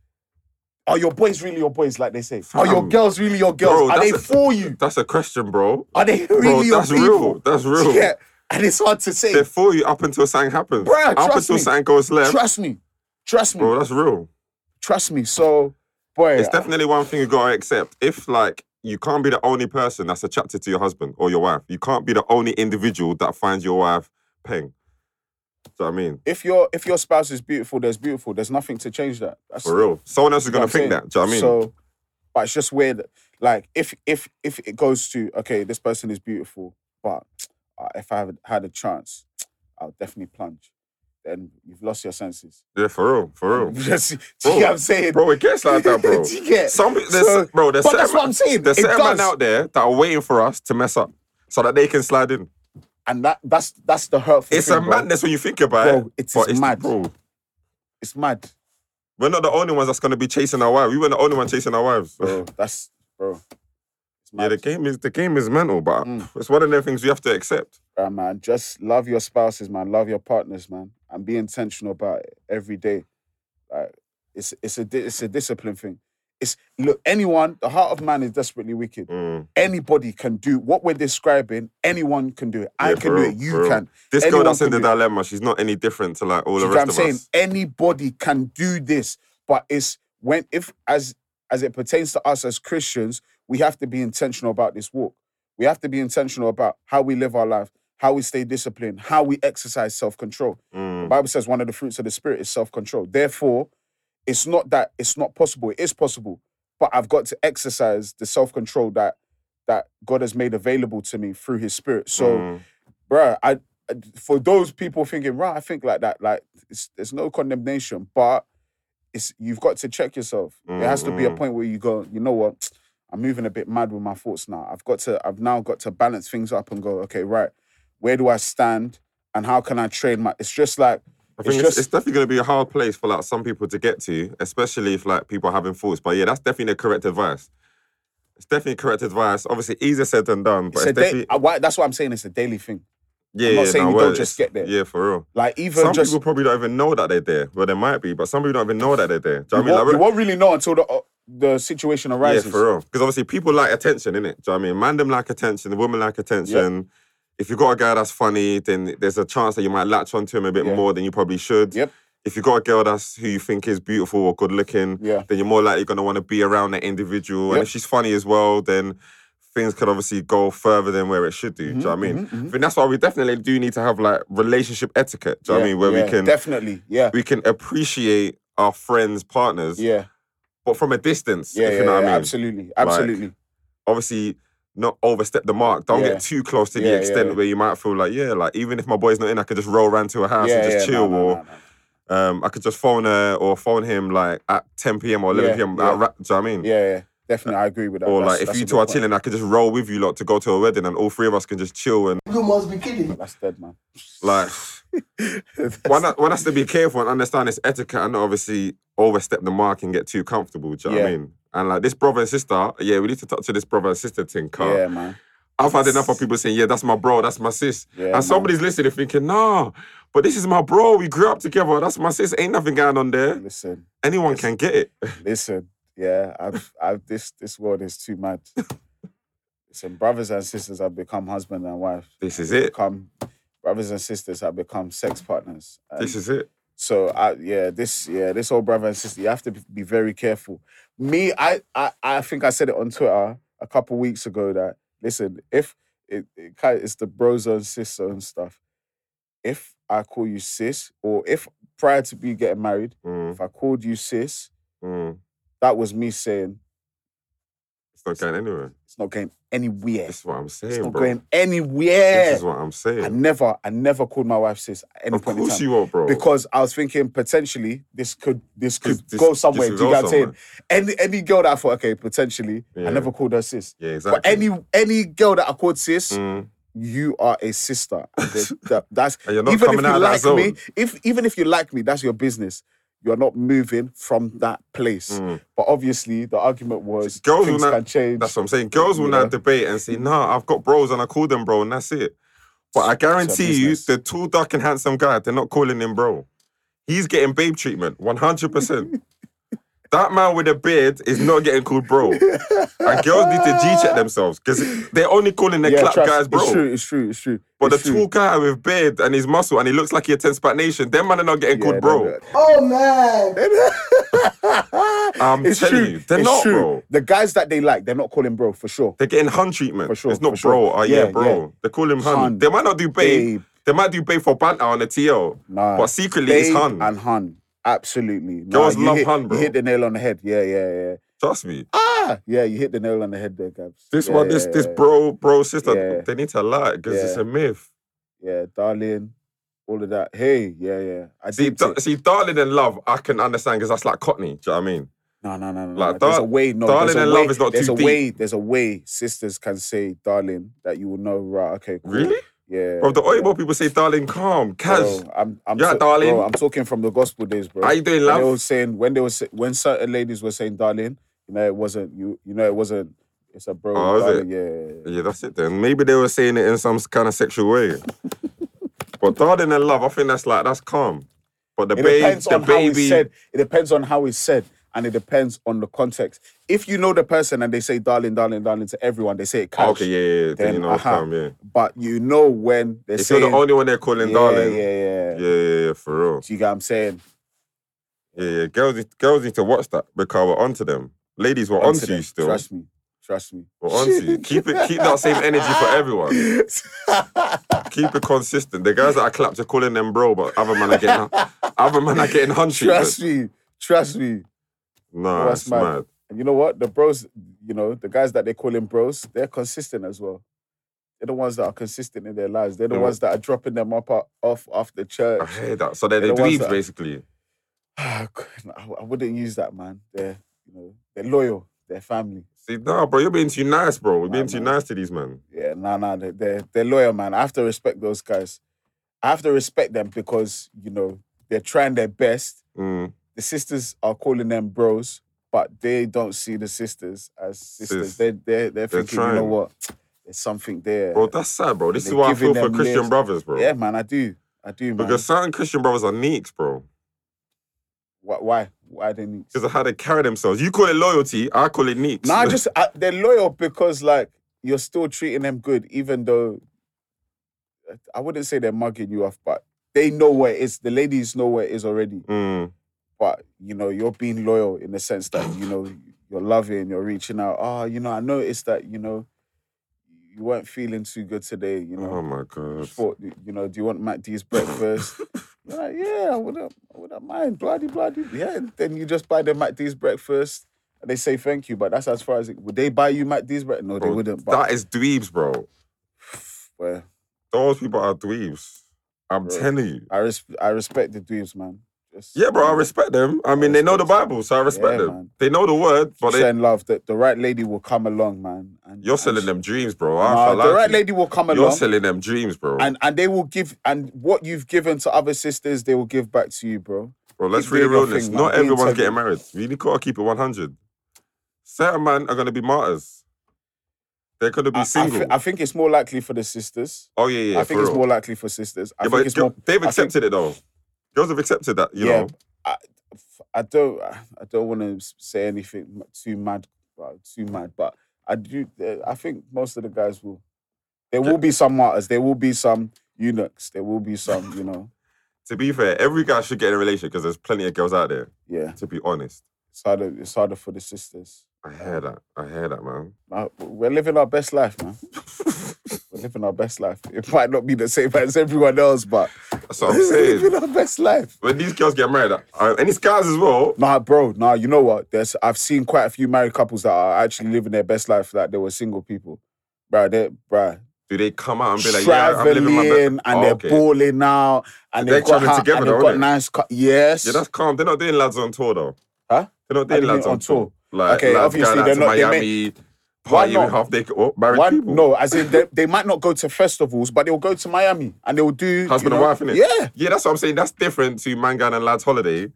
S1: Are your boys really your boys, like they say? Are your
S2: Fam.
S1: girls really your girls?
S2: Bro,
S1: Are they
S2: that's a-
S1: for you?
S2: That's a question, bro.
S1: Are they really
S2: Bro,
S1: your
S2: that's
S1: people?
S2: real. That's
S1: *laughs*
S2: real.
S1: Yeah, and it's hard to say.
S2: They're for you up until something happens.
S1: Bruh,
S2: up
S1: trust
S2: until
S1: me.
S2: something goes left.
S1: Trust me, trust me,
S2: Bro, that's real.
S1: trust me. So, boy,
S2: It's definitely one thing you gotta accept. If like you can't be the only person that's attracted to your husband or your wife. You can't be the only individual that finds your wife peng. Do you know what I mean?
S1: if your if your spouse is beautiful, there's beautiful. There's nothing to change that. That's
S2: For real. Someone else is gonna
S1: what I'm
S2: think that. Do you know what I mean?
S1: saying? So, but it's just weird. Like, if if if it goes to okay, this person is beautiful, but uh, if I had had a chance, I'll definitely plunge. Then you've lost your senses.
S2: yeah, for real. For
S1: You
S2: real.
S1: *laughs* Just, do you
S2: Bro,
S1: get what I'm saying? *laughs*
S2: Bro, it gets like that, bro.
S1: Do you get-
S2: Some there's
S1: So-
S2: bro, there's
S1: but
S2: certain
S1: that's what I'm saying.
S2: There's
S1: It
S2: certain men
S1: does.
S2: out there that are waiting for us to mess up so that they can slide in.
S1: And that that's that's the hurtful.
S2: It's
S1: thing,
S2: a
S1: bro.
S2: madness when you think about
S1: Bro,
S2: it.
S1: it is
S2: but it's
S1: mad.
S2: Bro,
S1: It's mad,
S2: we're not the only ones that's gonna be chasing our wives. We weren't the only one chasing our wives.
S1: bro. That's bro. It's
S2: Yeah,
S1: mad,
S2: the game is the game is mental, but
S1: Mm.
S2: it's one of the things we have to accept.
S1: bruh, man. Just love your spouses, man. Love your partners, man, and be intentional about it every day. Like, it's it's a di- it's a discipline thing. It's look, anyone, the heart of man is desperately wicked.
S2: Mm.
S1: Anybody can do what we're describing, anyone can do it. I
S2: Yeah,
S1: can
S2: for
S1: do
S2: real,
S1: it.
S2: for
S1: You
S2: real.
S1: can.
S2: This
S1: Anyone
S2: girl that's in the
S1: can do it.
S2: dilemma, she's not any different to like
S1: Do
S2: all the
S1: you know what
S2: rest
S1: I'm saying?
S2: of us.
S1: Anybody can do this, but it's when if as as it pertains to us as Christians, we have to be intentional about this walk. We have to be intentional about how we live our life, how we stay disciplined, how we exercise self-control. The
S2: Mm.
S1: Bible says one of the fruits of the spirit is self-control. Therefore, it's not that it's not possible. It is possible, but I've got to exercise the self-control that that God has made available to me through His Spirit. So
S2: mm.
S1: bruh, I I- for those people thinking, right, I think like that, like it's, there's no condemnation, but it's you've got to check yourself. There has to be a
S2: Mhm.
S1: point where you go, you know what, I'm moving a bit mad with my thoughts now. I've got to, I've now got to balance things up and go, okay, right, where do I stand, and how can I train my? It's just like
S2: I
S1: it's
S2: think it's,
S1: just-
S2: it's definitely going to be a hard place for like some people to get to, especially if like people are having thoughts. But yeah, that's definitely the correct advice. It's definitely correct advice. Obviously, easier said than done, but
S1: it's
S2: it's,
S1: a day.
S2: definitely
S1: I- why- That's what I'm saying. It's a daily thing.
S2: yeah.
S1: I'm not
S2: yeah,
S1: saying
S2: no,
S1: you don't
S2: word,
S1: just
S2: it's-
S1: get there.
S2: Yeah, for real.
S1: Like even
S2: Some
S1: just
S2: people probably don't even know that they're there. Well, they might be, but some people don't even know that they're there. Do you know
S1: you,
S2: what I
S1: won't,
S2: mean?
S1: you
S2: Like,
S1: won't really know until the uh, the situation
S2: yeah,
S1: arises.
S2: for real. Because obviously, people like attention, innit? Do you know what I mean? Man, them like attention. The women like attention. If you got a guy that's funny, then there's a chance that you might latch onto him a bit
S1: Yeah.
S2: more than you probably should.
S1: Yep.
S2: If you got a girl that's who you think is beautiful or good looking,
S1: Yeah.
S2: then you're more likely going to want to be around that individual. And
S1: Yep.
S2: if she's funny as well, then things could obviously go further than where it should do. do you know what
S1: Mm-hmm,
S2: I mean? I think that's why we definitely do need to have like relationship etiquette. Do you know what I mean? Where we can
S1: definitely, yeah,
S2: we can appreciate our friends, partners,
S1: yeah.
S2: but from a distance.
S1: Yeah,
S2: if you
S1: yeah,
S2: know what
S1: yeah,
S2: I mean.
S1: absolutely, absolutely.
S2: Obviously, not overstep the mark. Don't
S1: Yeah.
S2: get too close to
S1: Yeah,
S2: the
S1: yeah,
S2: extent
S1: yeah.
S2: where you might feel like, yeah, like even if my boy's not in, I could just roll around to a house
S1: yeah,
S2: and just
S1: yeah,
S2: chill
S1: no, no,
S2: or
S1: no, no.
S2: um, I could just phone her or phone him like at 10 p.m. or 11
S1: Yeah,
S2: p.m.
S1: yeah.
S2: At, ra- do you know what I mean?
S1: yeah, yeah, definitely, I agree with that.
S2: Or
S1: That's-
S2: like if
S1: that's
S2: you
S1: a
S2: two
S1: good
S2: are
S1: point.
S2: chilling, I could just roll with you lot to go to a wedding and all three of us can just chill and
S4: You must be kidding.
S1: that's dead,
S2: *laughs*
S1: man. *laughs*
S2: like one, ha- one has to be careful and understand this etiquette and not obviously overstep the mark and get too comfortable. Do you know what I
S1: Yeah.
S2: mean? And like this brother and sister, yeah, we need to touch to this brother and sister thing, car.
S1: *laughs* yeah, man.
S2: I've had enough of people saying, yeah, that's my bro, that's my sis.
S1: Yeah,
S2: and
S1: man.
S2: somebody's listening thinking, nah, but this is my bro. We grew up together. That's my sis. Ain't nothing going on there.
S1: Listen,
S2: Anyone can get it.
S1: listen, yeah. I've, I've this, this world is too mad. Listen, brothers and sisters have become husband and wife.
S2: This is it.
S1: Become brothers and sisters have become sex partners. And
S2: This is it.
S1: So I yeah, this yeah, this whole brother and sister, you have to be very careful. Me, I I, I think I said it on Twitter a couple weeks ago that listen, if it, it kind it's the bros and sister and stuff. If I call you sis, or if prior to me getting married,
S2: Mm,
S1: if I called you sis,
S2: mm.
S1: that was me saying
S2: It's not going anywhere.
S1: it's not going anywhere.
S2: This is what I'm saying,
S1: It's not
S2: bro.
S1: going
S2: This
S1: anywhere.
S2: is what I'm
S1: I
S2: saying.
S1: never, I never called my wife sis at any
S2: Of
S1: point in time.
S2: course you are, bro.
S1: because I was thinking potentially this could this could
S2: This- this-
S1: go somewhere.
S2: this
S1: Do you
S2: could
S1: get
S2: go
S1: what I'm saying? Any any girl that I thought, okay, potentially,
S2: Yeah.
S1: I never called her sis.
S2: yeah, exactly.
S1: But any any girl that I called sis,
S2: Mm,
S1: you are a
S2: *laughs*
S1: sister. And th- that- that's
S2: And you're not
S1: even if
S2: coming
S1: you
S2: out of that
S1: like me,
S2: zone.
S1: if even if you like me, that's your business. You're not moving from that place.
S2: Mm.
S1: But obviously, the argument was
S2: Girls will
S1: things
S2: not-
S1: can change.
S2: that's what I'm saying. Girls will
S1: You
S2: now
S1: know?
S2: debate and say, nah, I've got bros and I call them bro, and that's it. But I guarantee you,
S1: business.
S2: the tall, dark, and handsome guy, they're not calling him bro. He's getting babe treatment, 100%. that man with a beard is not getting called bro. and girls need to G check themselves because they're only calling their clap
S1: trust-
S2: guys bro.
S1: It's true. It's true. It's true.
S2: But
S1: it's
S2: the
S1: true.
S2: tall guy with beard and his muscle and he looks like he attends Spat Nation, them man are not getting
S1: Yeah, no,
S2: called bro.
S1: no.
S4: Oh man,
S1: *laughs*
S2: I'm
S1: it's
S2: telling
S1: true.
S2: you, they're
S1: it's
S2: not,
S1: true.
S2: bro.
S1: The guys that they like, they're not calling bro for sure.
S2: They're getting hun treatment.
S1: For sure,
S2: it's not
S1: for sure.
S2: bro. Oh yeah,
S1: Yeah,
S2: bro.
S1: yeah.
S2: They call him hun.
S1: Hun,
S2: They might not do babe.
S1: babe.
S2: They might do babe for banter on the TL.
S1: Nah,
S2: but secretly it's
S1: Babe
S2: hun.
S1: and hun. Absolutely. Nah,
S2: Girls
S1: you
S2: love
S1: hit,
S2: hun, bro.
S1: You hit the nail on the head. Yeah, yeah, yeah.
S2: Trust me.
S1: Ah, yeah. You hit the nail on the head there, Gabs.
S2: This
S1: yeah,
S2: one,
S1: yeah,
S2: this this
S1: yeah,
S2: bro, bro, sister,
S1: Yeah.
S2: they need to lie because it's
S1: Yeah.
S2: a myth.
S1: yeah, darling, all of that. Hey, yeah, yeah. I
S2: See,
S1: did.
S2: da- see, darling and love, I can understand because that's like Cockney. Do you know what I mean?
S1: No, no, no, no.
S2: Like,
S1: no. there's
S2: dar-
S1: a way. No,
S2: darling
S1: there's a
S2: and
S1: way,
S2: love is not
S1: There's
S2: too
S1: a
S2: deep.
S1: way. There's a way. Sisters can say, darling, that you will know. Right? Okay. Cool.
S2: Really?
S1: Yeah.
S2: Bro, the
S1: yeah.
S2: Oibo people say, darling, calm, cash.
S1: Bro, I'm, I'm,
S2: Yeah,
S1: ta-
S2: darling.
S1: bro, I'm talking from the gospel days, bro.
S2: How you doing,
S1: When
S2: love?
S1: They were saying when they were sa- when certain ladies were saying, "Darling," you know, it wasn't you. You know, it wasn't. It's a bro,
S2: Oh, is
S1: darling. Yeah, yeah,
S2: Yeah, that's it then. Maybe they were saying it in some kind of sexual way.
S1: *laughs*
S2: but darling and love, I think that's like, that's calm. But the
S1: yeah. It
S2: babe,
S1: depends
S2: the
S1: on how it's
S2: baby,
S1: said. It depends on how it's said. and it depends on the context. If you know the person and they say darling, darling, darling to everyone, they say it cash.
S2: Oh, Okay, yeah, yeah, yeah. Then
S1: Then, uh-huh.
S2: you know it's
S1: aha.
S2: time, yeah.
S1: But you know when they're
S2: If
S1: saying,
S2: you're the only one they're calling
S1: yeah,
S2: darling.
S1: yeah,
S2: Yeah.
S1: yeah,
S2: yeah, yeah, for real.
S1: Do you get what I'm saying?
S2: Yeah, yeah. Girls, need- girls need to watch that because we're onto them. Ladies, we're onto,
S1: Onto them.
S2: you still.
S1: Trust me. Trust me.
S2: We're onto you. Keep it. Keep that same energy for everyone. Keep it consistent. The guys that I clapped are calling them bro, but other man are getting other man are getting
S1: *laughs*
S2: hunchy.
S1: Trust me. Trust me.
S2: Nah,
S1: Trust
S2: it's
S1: man.
S2: mad.
S1: And you know what? The bros, you know, the guys that they call him bros, they're consistent as well. They're the ones that are consistent in their lives. They're the
S2: Yeah.
S1: ones that are dropping them up off after
S2: I
S1: church. *sighs*
S2: hear that. So they're,
S1: They're the
S2: the
S1: ones
S2: dweebs,
S1: that-
S2: basically.
S1: I I wouldn't use that, man. They're, you know, they're loyal. They're family.
S2: See, nah, bro, you're being too nice, bro. You're
S1: Nah,
S2: being too
S1: man.
S2: nice to these men.
S1: Yeah, nah, nah. They're, they're they're loyal, man. I have to respect those guys. I have to respect them because you know they're trying their best.
S2: Mm,
S1: The sisters are calling them bros, but they don't see the sisters as sisters.
S2: Sis.
S1: They're they're they're thinking, you know
S2: trying.
S1: what? There's something there.
S2: bro, that's sad, bro. This
S1: They're
S2: is why I
S1: giving
S2: feel for
S1: them
S2: Christian
S1: lips.
S2: brothers, bro.
S1: Yeah, man, I do. I do, man.
S2: Because certain Christian brothers are neeks, bro.
S1: why? Why, why they need?
S2: Because of how they carry themselves. You call it loyalty, I call it neeks. *laughs*
S1: Nah, just I, they're loyal because like you're still treating them good, even though I wouldn't say they're mugging you off, but they know where it is. The ladies know where it is already.
S2: Mm,
S1: But you know, you're being loyal in the sense that you know you're loving, you're reaching out. Oh, you know, I noticed that you know you weren't feeling too good today. You know,
S2: oh my god.
S1: just thought, you know, do you want Matt D's
S2: *laughs*
S1: breakfast? You're like, yeah, I wouldn't, I wouldn't mind. Bloody, bloody. Yeah, and then you just buy them Matt D's breakfast. And they say thank you, but that's as far as it. Would they buy you Matt D's breakfast? No, they
S2: Bro,
S1: wouldn't. But
S2: That is dweebs, bro.
S1: well,
S2: Those people are dweebs. I'm
S1: Bro.
S2: telling you.
S1: I, res- I respect the dweebs, man. Just,
S2: Yeah, bro, I respect them. I mean, they know the
S1: respect
S2: Bible, so I respect
S1: Yeah,
S2: them.
S1: man.
S2: They know the word, but they,
S1: Send love. The, the right lady will come along, man. And,
S2: you're
S1: and
S2: selling
S1: she-
S2: them dreams, bro. I
S1: Nah,
S2: shall lie
S1: the
S2: to
S1: right
S2: you.
S1: lady will come
S2: You're
S1: along,
S2: selling them dreams, bro.
S1: and and they will give. And what you've given to other sisters, they will give back to you, bro.
S2: bro, let's
S1: keep
S2: really
S1: doing your
S2: real this.
S1: thing, man.
S2: Not
S1: Be
S2: everyone's getting
S1: integral.
S2: married. We really gotta keep it 100. Certain men are gonna be martyrs. They're gonna be
S1: I- I, thi-
S2: single.
S1: I think it's more likely for the sisters.
S2: oh yeah, yeah.
S1: I think
S2: for
S1: it's
S2: real.
S1: more likely for sisters. I
S2: yeah,
S1: think
S2: but
S1: it's
S2: gi-
S1: more.
S2: they've
S1: I think-
S2: accepted it though. Girls have accepted that, you
S1: Yeah,
S2: know.
S1: I don't. I don't want to say anything too mad. well, Too mad, but I do. uh, I think most of the guys will. There will be some martyrs. There will be some eunuchs. There will be some. You know.
S2: To be fair, every guy should get in a relationship because there's plenty of girls out there,
S1: Yeah,
S2: to be honest.
S1: it's harder. It's harder for the sisters.
S2: I hear that. I hear that, man.
S1: Uh, We're living our best life,
S2: *laughs*
S1: man. We're living our best life. It might not be the same as everyone else, but
S2: That's what
S1: *laughs*
S2: I'm
S1: we're
S2: saying.
S1: living our best life.
S2: when these girls get married, uh, and these guys as well,
S1: Nah, bro. Nah, you know what? There's I've seen quite a few married couples that are actually living their best life like they were single people, bro. They, bro,
S2: do they come out and be like, yeah, I'm living
S1: traveling
S2: my best?
S1: and they're balling out and
S2: They're
S1: they've got,
S2: traveling
S1: ha-
S2: together,
S1: and they've
S2: aren't
S1: got
S2: they?
S1: nice. Cu- yes.
S2: Yeah, that's calm. They're not doing lads on tour though.
S1: Huh?
S2: They're not
S1: How do
S2: doing
S1: you
S2: lads
S1: mean
S2: on,
S1: on
S2: tour.
S1: tour?
S2: Like
S1: Okay,
S2: lads
S1: obviously
S2: going out
S1: they're
S2: to
S1: not- they may-
S2: Miami,
S1: Why
S2: party with
S1: not?
S2: half naked oh, married
S1: Why-
S2: people.
S1: no, as in they, they might not go to festivals, but they'll go to Miami and they'll do
S2: husband
S1: you
S2: and
S1: know-
S2: wife, innit?
S1: Yeah,
S2: yeah. That's what I'm saying. That's different to man going on lads holiday,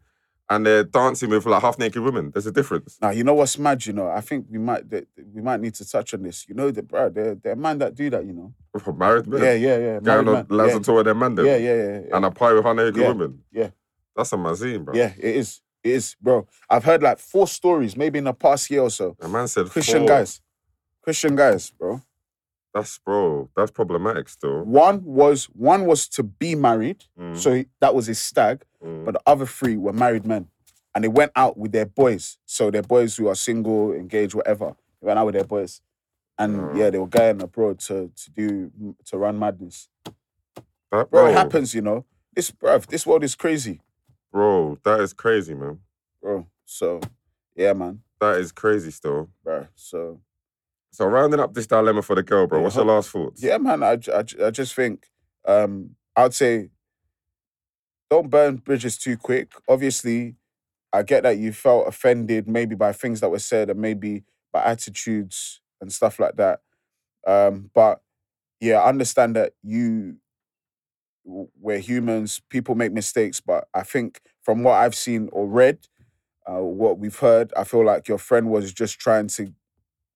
S2: and they're dancing with like half naked women. There's a difference.
S1: Now you know what's mad. You know, I think we might that that we might need to touch on this. You know, the bro, they're, they're man that do that. You know.
S2: married men,
S1: Yeah, yeah, yeah.
S2: going
S1: married
S2: on
S1: man.
S2: lads
S1: yeah.
S2: on tour with their man, them,
S1: yeah, yeah, yeah, yeah.
S2: and a party with half naked
S1: Yeah,
S2: women.
S1: yeah.
S2: that's a mazine, bro.
S1: Yeah, it is. It is, bro. I've heard like four stories, maybe in the past year or so.
S2: A man said
S1: Christian
S2: four.
S1: guys. Christian guys, bro.
S2: That's bro. That's problematic still.
S1: One was one was to be married,
S2: Mm,
S1: so he- that was his stag,
S2: mm.
S1: but the other three were married men. And they went out with their boys. So their boys who are single, engaged, whatever. They went out with their boys. And
S2: Mm.
S1: yeah, they were going abroad to to do to run madness.
S2: That-
S1: Bro, it happens, you know. This bro, this world is crazy,
S2: Bro, that is crazy, man.
S1: bro. So yeah, man.
S2: That is crazy still.
S1: Bro. So
S2: So rounding up this dilemma for the girl, bro.
S1: Yeah,
S2: What's your last thoughts?
S1: Yeah, man. I, ju- I, ju- I just think um, I'd say don't burn bridges too quick. Obviously, I get that you felt offended maybe by things that were said and maybe by attitudes and stuff like that. Um, but yeah, I understand that you w- we're humans. People make mistakes, but I think from what I've seen or read, uh, what we've heard, I feel like your friend was just trying to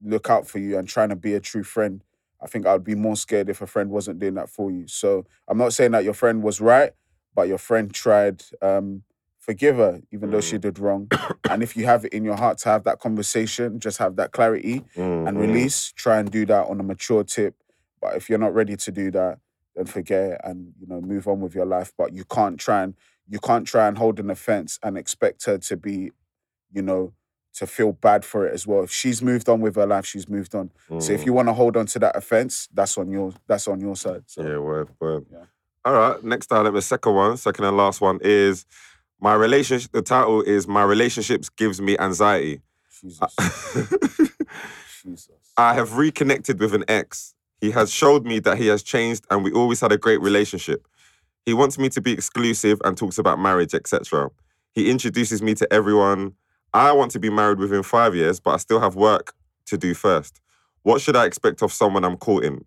S1: look out for you and trying to be a true friend. I think I'd be more scared if a friend wasn't doing that for you. So I'm not saying that your friend was right, but your friend tried um, forgive her, even though she did wrong. and if you have it in your heart to have that conversation, just have that clarity
S2: Mm,
S1: and release. Try and do that on a mature tip. But if you're not ready to do that, then forget it and you know move on with your life. But you can't try and you can't try and hold an offense and expect her to be, you know, to feel bad for it as well. If she's moved on with her life, she's moved on. So
S2: Mm.
S1: if you want to hold on to that offense, that's on your that's on your side. So
S2: Yeah, word, word.
S1: Yeah.
S2: All right, next item, the second one, second and last one is my relationship. The title is My Relationships Gives Me
S1: *laughs*
S2: Anxiety. *laughs*
S1: Jesus, Jesus.
S2: I have reconnected with an ex. He has showed me that he has changed and we always had a great relationship. He wants me to be exclusive and talks about marriage, etc. He introduces me to everyone. I want to be married within five years, but I still have work to do first. What should I expect of someone I'm courting?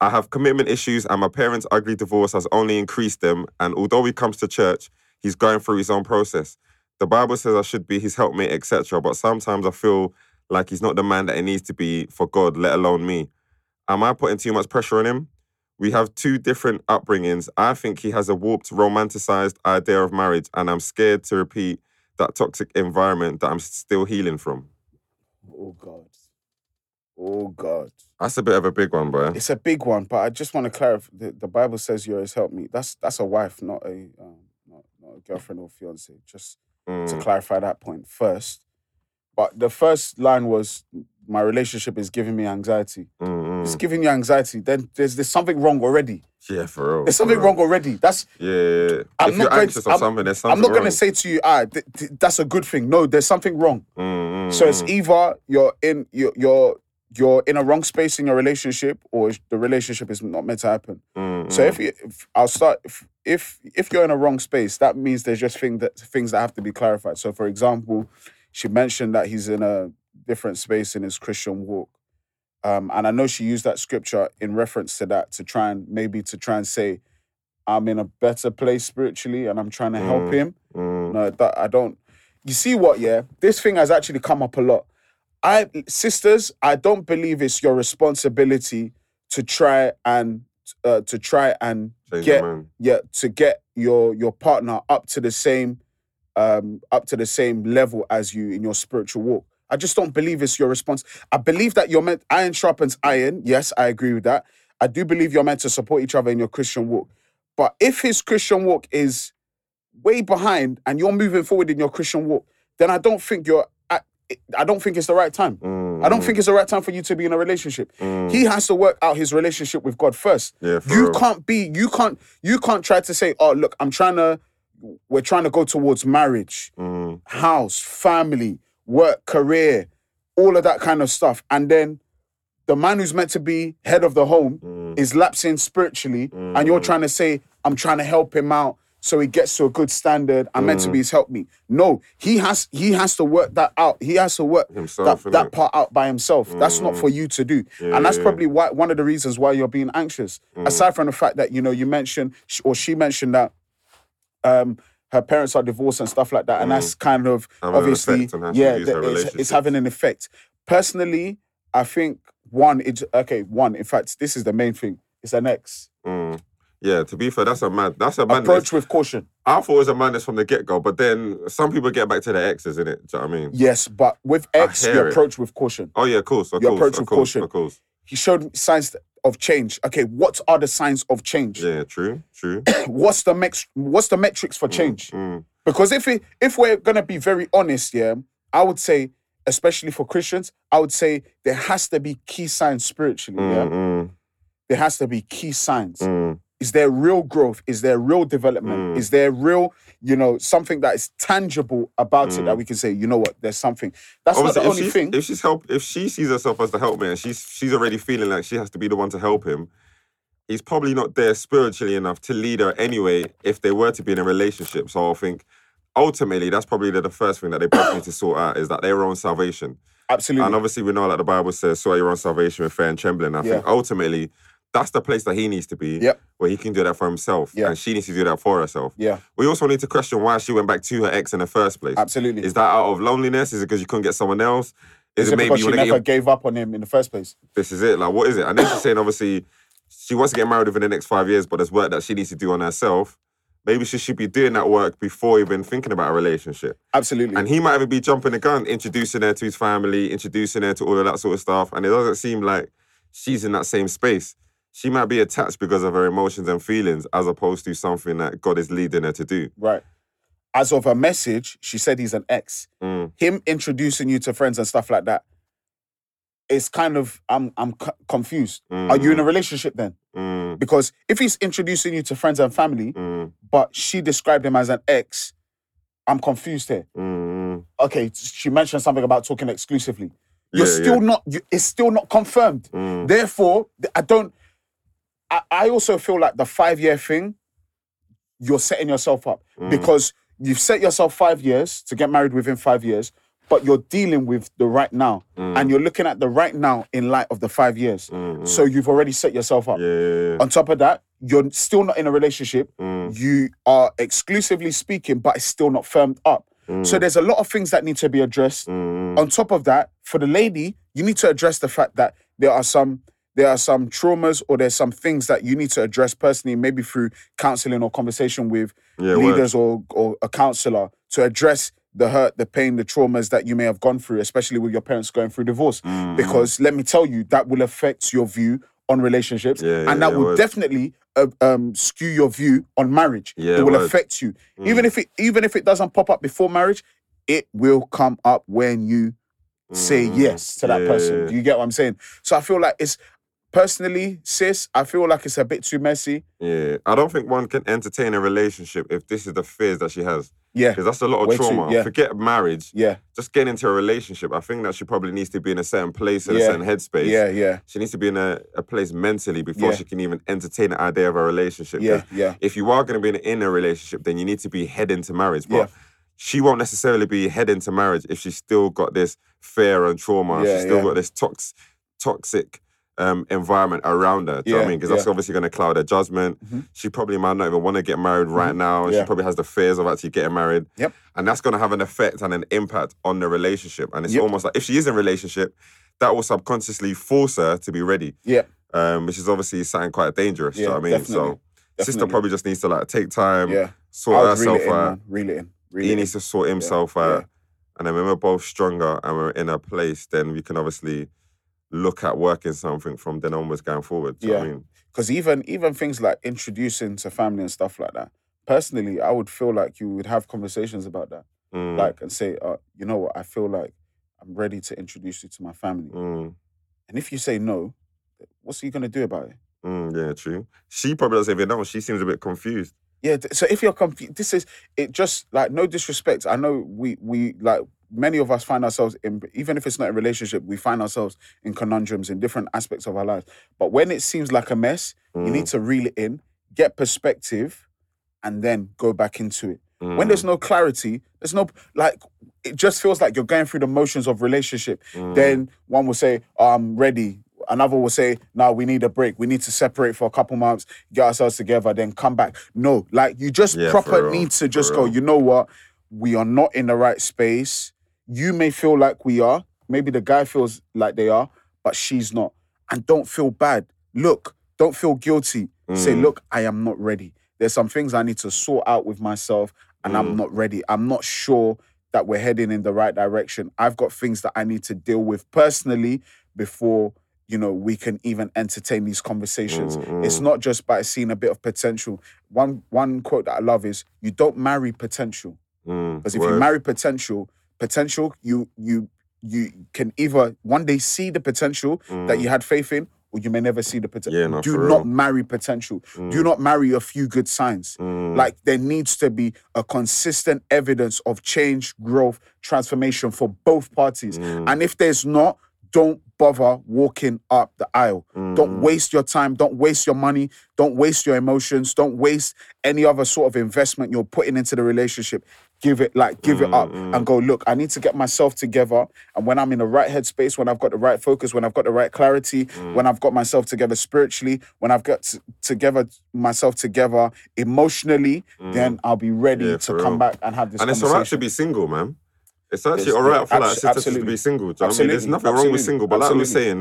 S2: I have commitment issues, and my parents' ugly divorce has only increased them. And although he comes to church, he's going through his own process. The Bible says I should be his helpmate, etc. But sometimes I feel like he's not the man that he needs to be for God, let alone me. Am I putting too much pressure on him? We have two different upbringings. I think he has a warped, romanticized idea of marriage, and I'm scared to repeat that toxic environment that I'm still healing from.
S1: Oh God. Oh God.
S2: That's a bit of a big one, bro.
S1: It's a big one, but I just want to clarify. The, the Bible says "You has helped me." That's that's a wife, not a um, not, not a girlfriend or fiance. Just to
S2: Mm,
S1: clarify that point first. But the first line was, "My relationship is giving me anxiety."
S2: mm, mm.
S1: It's giving you anxiety. Then there's there's something wrong already.
S2: Yeah, for real.
S1: There's something
S2: for real.
S1: wrong already. That's
S2: Yeah. yeah.
S1: I'm not
S2: if you're
S1: going to-
S2: anxious or
S1: I'm-
S2: something, there's something
S1: I'm not
S2: wrong.
S1: going to say to you, "Ah, th- th- that's a good thing." No, there's something wrong.
S2: Mm, mm,
S1: So it's e-
S2: mm.
S1: either you're in you're you're you're in a wrong space in your relationship, or the relationship is not meant to happen.
S2: Mm,
S1: So
S2: mm.
S1: if, you, if I'll start if, if if you're in a wrong space, that means there's just thing that things that have to be clarified. So for example, she mentioned that he's in a different space in his Christian walk. Um, and I know she used that scripture in reference to that to try and maybe to try and say, I'm in a better place spiritually and I'm trying to help
S2: Mm.
S1: him.
S2: Mm,
S1: No, that I don't. You see what? Yeah, this thing has actually come up a lot. I sisters, I don't believe it's your responsibility to try and uh, to try and
S2: change
S1: get
S2: your mind.
S1: yeah to get your your partner up to the same um up to the same level as you in your spiritual walk. I just don't believe it's your response. I believe that you're meant iron sharpens iron. Yes, I agree with that. I do believe you're meant to support each other in your Christian walk. But if his Christian walk is way behind and you're moving forward in your Christian walk, then I don't think you're. I, I don't think it's the right time.
S2: Mm,
S1: I don't think it's the right time for you to be in a relationship.
S2: Mm.
S1: He has to work out his relationship with God first.
S2: Yeah, for
S1: you
S2: real.
S1: can't be. You can't. You can't try to say, "Oh, look, I'm trying to. We're trying to go towards marriage,
S2: Mm,
S1: house, family, work, career, all of that kind of stuff." And then the man who's meant to be head of the home
S2: mm,
S1: is lapsing spiritually, and you're trying to say, I'm trying to help him out so he gets to a good standard. I'm meant to
S2: Mm.
S1: be his help me. No, he has he has to work that out. He has to work
S2: Himself,
S1: that,
S2: innit? Mm.
S1: that part out by himself. That's not for you to do. and that's
S2: yeah, Mm. yeah.
S1: probably why one of the reasons why you're being anxious. Aside from the fact that, you know, you mentioned sh- or she mentioned that um her parents are divorced and stuff like that, and
S2: Mm.
S1: that's kind of
S2: Having an
S1: obviously
S2: effect on how she
S1: yeah,
S2: views
S1: that
S2: her
S1: it's, it's
S2: relationships.
S1: having an effect. Personally, I think one it's okay. One, in fact, this is the main thing. It's an ex
S2: mm. Yeah, to be fair, that's a mad. That's a madness.
S1: approach with caution.
S2: I thought it was a madness from the get go, but then some people get back to their exes, innit? Do you know what I mean?
S1: Yes, but with ex, you
S2: hear it.
S1: approach with caution.
S2: Oh yeah, of course, of
S1: Your
S2: course,
S1: approach
S2: of
S1: with
S2: course,
S1: caution.
S2: of course.
S1: He showed signs of change. Okay, what are the signs of change?
S2: Yeah, true, true.
S1: *clears throat* What's the mex- What's the metrics for change?
S2: mm,
S1: Because if it, if we're gonna be very honest, yeah, I would say, especially for Christians, I would say there has to be key signs spiritually. yeah?
S2: mm, mm,
S1: there has to be key signs.
S2: mm,
S1: Is there real growth? Is there real development?
S2: Mm.
S1: Is there real, you know, something that is tangible about it
S2: Mm.
S1: that we can say, you know what, there's something. That's not
S2: Obviously,
S1: the
S2: if
S1: only
S2: she's,
S1: thing.
S2: if she's help, if she sees herself as the helpmate, and she's she's already feeling like she has to be the one to help him. He's probably not there spiritually enough to lead her anyway. If they were to be in a relationship, so I think ultimately that's probably the, the first thing that they both need to sort out is that their own salvation. And uh,
S1: Absolutely.
S2: obviously, we know that the Bible says, "Sort out your own salvation with fear and trembling." I think
S1: Yeah.
S2: ultimately, that's the place that he needs to be,
S1: Yep.
S2: where he can do that for himself,
S1: Yeah.
S2: and she needs to do that for herself.
S1: Yeah,
S2: We also need to question why she went back to her ex in the first place.
S1: absolutely.
S2: Is that out of loneliness? Is it because you couldn't get someone else? Is,
S1: Is
S2: it
S1: it
S2: maybe
S1: because
S2: you
S1: she
S2: want to get
S1: never
S2: your,
S1: gave up on him in the first place?
S2: this is it? Like, what is it?
S1: *coughs*
S2: And then she's saying, obviously, she wants to get married within the next five years, but there's work that she needs to do on herself. Maybe she should be doing that work before even thinking about a relationship.
S1: Absolutely.
S2: And he might even be jumping the gun, introducing her to his family, introducing her to all of that sort of stuff. And it doesn't seem like she's in that same space. She might be attached because of her emotions and feelings, as opposed to something that God is leading her to do.
S1: right. As of her message, she said he's an ex.
S2: Mm.
S1: Him introducing you to friends and stuff like that. It's kind of I'm I'm c- confused. Are you in a relationship then?
S2: Mm,
S1: Because if he's introducing you to friends and family,
S2: mm,
S1: but she described him as an ex, I'm confused here.
S2: mm, mm.
S1: Okay, she mentioned something about talking exclusively. You're
S2: Yeah,
S1: still not. You, it's still not confirmed.
S2: Mm.
S1: Therefore, th- I don't. I, I also feel like the five year thing, you're setting yourself up
S2: Mm.
S1: because you've set yourself five years to get married within five years, but you're dealing with the right now
S2: Mm.
S1: and you're looking at the right now in light of the five years. So you've already set yourself up.
S2: Yeah, yeah, yeah.
S1: On top of that, you're still not in a relationship.
S2: Mm.
S1: You are exclusively speaking, but it's still not firmed up. So there's a lot of things that need to be addressed.
S2: Mm,
S1: On top of that, for the lady, you need to address the fact that there are some there are some traumas or there's some things that you need to address personally, maybe through counseling or conversation with
S2: Yeah, word.
S1: leaders or or a counselor to address the hurt, the pain, the traumas that you may have gone through, especially with your parents going through divorce.
S2: Mm, Mm-hmm.
S1: Because let me tell you, that will affect your view on relationships,
S2: Yeah, yeah,
S1: and that
S2: yeah,
S1: will
S2: word.
S1: definitely uh, um, skew your view on marriage.
S2: Yeah,
S1: it will
S2: word. Mm.
S1: affect you, even if it even if it doesn't pop up before marriage, it will come up when you say
S2: Mm,
S1: yes to that
S2: yeah,
S1: person.
S2: yeah.
S1: Do you get what I'm saying? So I feel like it's personally, sis, I feel like it's a bit too messy.
S2: yeah. I don't think one can entertain a relationship if this is the fears that she has.
S1: Yeah,
S2: Because that's a lot of
S1: Way too-
S2: trauma.
S1: yeah.
S2: Forget marriage.
S1: yeah,
S2: Just get into a relationship. I think that she probably needs to be in a certain place, in a
S1: Yeah.
S2: certain headspace.
S1: yeah, yeah,
S2: She needs to be in a, a place mentally before
S1: Yeah.
S2: she can even entertain the idea of a relationship. 'Cause
S1: yeah, yeah.
S2: If you are going to be in, in a relationship, then you need to be heading to marriage. But
S1: Yeah.
S2: she won't necessarily be heading to marriage if she's still got this fear and trauma. if
S1: Yeah,
S2: she's still
S1: yeah.
S2: got this tox- toxic um, environment around her. Do you know what I
S1: Yeah,
S2: mean? Because that's
S1: yeah.
S2: obviously going to cloud her judgment.
S1: Mhm.
S2: She probably might not even want to get married right now. and She
S1: Mm-hmm. Yeah.
S2: probably has the fears of actually getting married.
S1: Yep.
S2: And that's going to have an effect and an impact on the relationship. And it's
S1: Yep.
S2: almost like if she is in a relationship, that will subconsciously force her to be ready
S1: Yeah,
S2: um, which is obviously something quite dangerous. do you
S1: Yeah,
S2: know what I mean? So
S1: definitely,
S2: sister
S1: definitely.
S2: probably just needs to like take time,
S1: yeah.
S2: sort
S1: I would reel
S2: herself
S1: it in,
S2: out.
S1: man. Reel it in. Reel
S2: He
S1: it in.
S2: needs to sort himself out.
S1: yeah.
S2: And then when we're both stronger and we're in a place, then we can obviously look at working something from then onwards going forward. Do you know what I
S1: Yeah.
S2: mean?
S1: Because even even things like introducing to family and stuff like that. Personally, I would feel like you would have conversations about that,
S2: Mm,
S1: like, and say, uh, you know what, I feel like I'm ready to introduce you to my family.
S2: mm,
S1: And if you say no, what's he gonna do about it?
S2: mm, yeah, true. She probably doesn't even know. She seems a bit confused.
S1: Yeah. th- So if you're confused, this is it. Just like no disrespect. I know we we like many of us find ourselves in even if it's not a relationship, we find ourselves in conundrums in different aspects of our lives. But when it seems like a mess,
S2: Mm,
S1: you need to reel it in, get perspective, and then go back into it. When
S2: mm,
S1: there's no clarity, there's no like it just feels like you're going through the motions of relationship.
S2: mm,
S1: Then one will say, "Oh, I'm ready. Another will say, no, we need a break. We need to separate for a couple months, get ourselves together, then come back. No, like you just
S2: Yeah, for
S1: proper
S2: real,
S1: need to
S2: for
S1: just go,
S2: real.
S1: you know what? We are not in the right space. You may feel like we are. Maybe the guy feels like they are, but she's not. And don't feel bad. Look, don't feel guilty. Say,
S2: Mm.
S1: look, I am not ready. There's some things I need to sort out with myself, and
S2: Mm.
S1: I'm not ready. I'm not sure that we're heading in the right direction. I've got things that I need to deal with personally before you know we can even entertain these conversations.
S2: Mm,
S1: It's
S2: mm.
S1: not just by seeing a bit of potential. One one quote that I love is you don't marry potential
S2: mm,
S1: because if you
S2: word.
S1: marry potential, potential you you you can either one day see the potential
S2: mm,
S1: that you had faith in or you may never see the potential.
S2: Yeah, no,
S1: Do
S2: for real.
S1: not marry potential. Do not marry a few good signs.
S2: Mm,
S1: Like there needs to be a consistent evidence of change, growth, transformation for both parties.
S2: Mm.
S1: And if there's not, don't bother walking up the aisle.
S2: mm,
S1: Don't waste your time. Don't waste your money. Don't waste your emotions. Don't waste any other sort of investment you're putting into the relationship. Give it like give it up
S2: Mm,
S1: and go. Look, I need to get myself together. And when I'm in the right headspace, when I've got the right focus, when I've got the right clarity,
S2: Mm.
S1: when I've got myself together spiritually, when I've got t- together myself together emotionally, then I'll be ready
S2: Mm. Yeah,
S1: to
S2: for
S1: come
S2: real.
S1: back and have this
S2: And it's
S1: conversation.
S2: alright to be single, man. It's actually
S1: It's-
S2: alright for
S1: abso-
S2: like sisters to
S1: absolutely.
S2: be single. Do you know what I mean? There's
S1: Absolutely,
S2: nothing wrong with
S1: absolutely,
S2: single, but like I was
S1: absolutely.
S2: saying,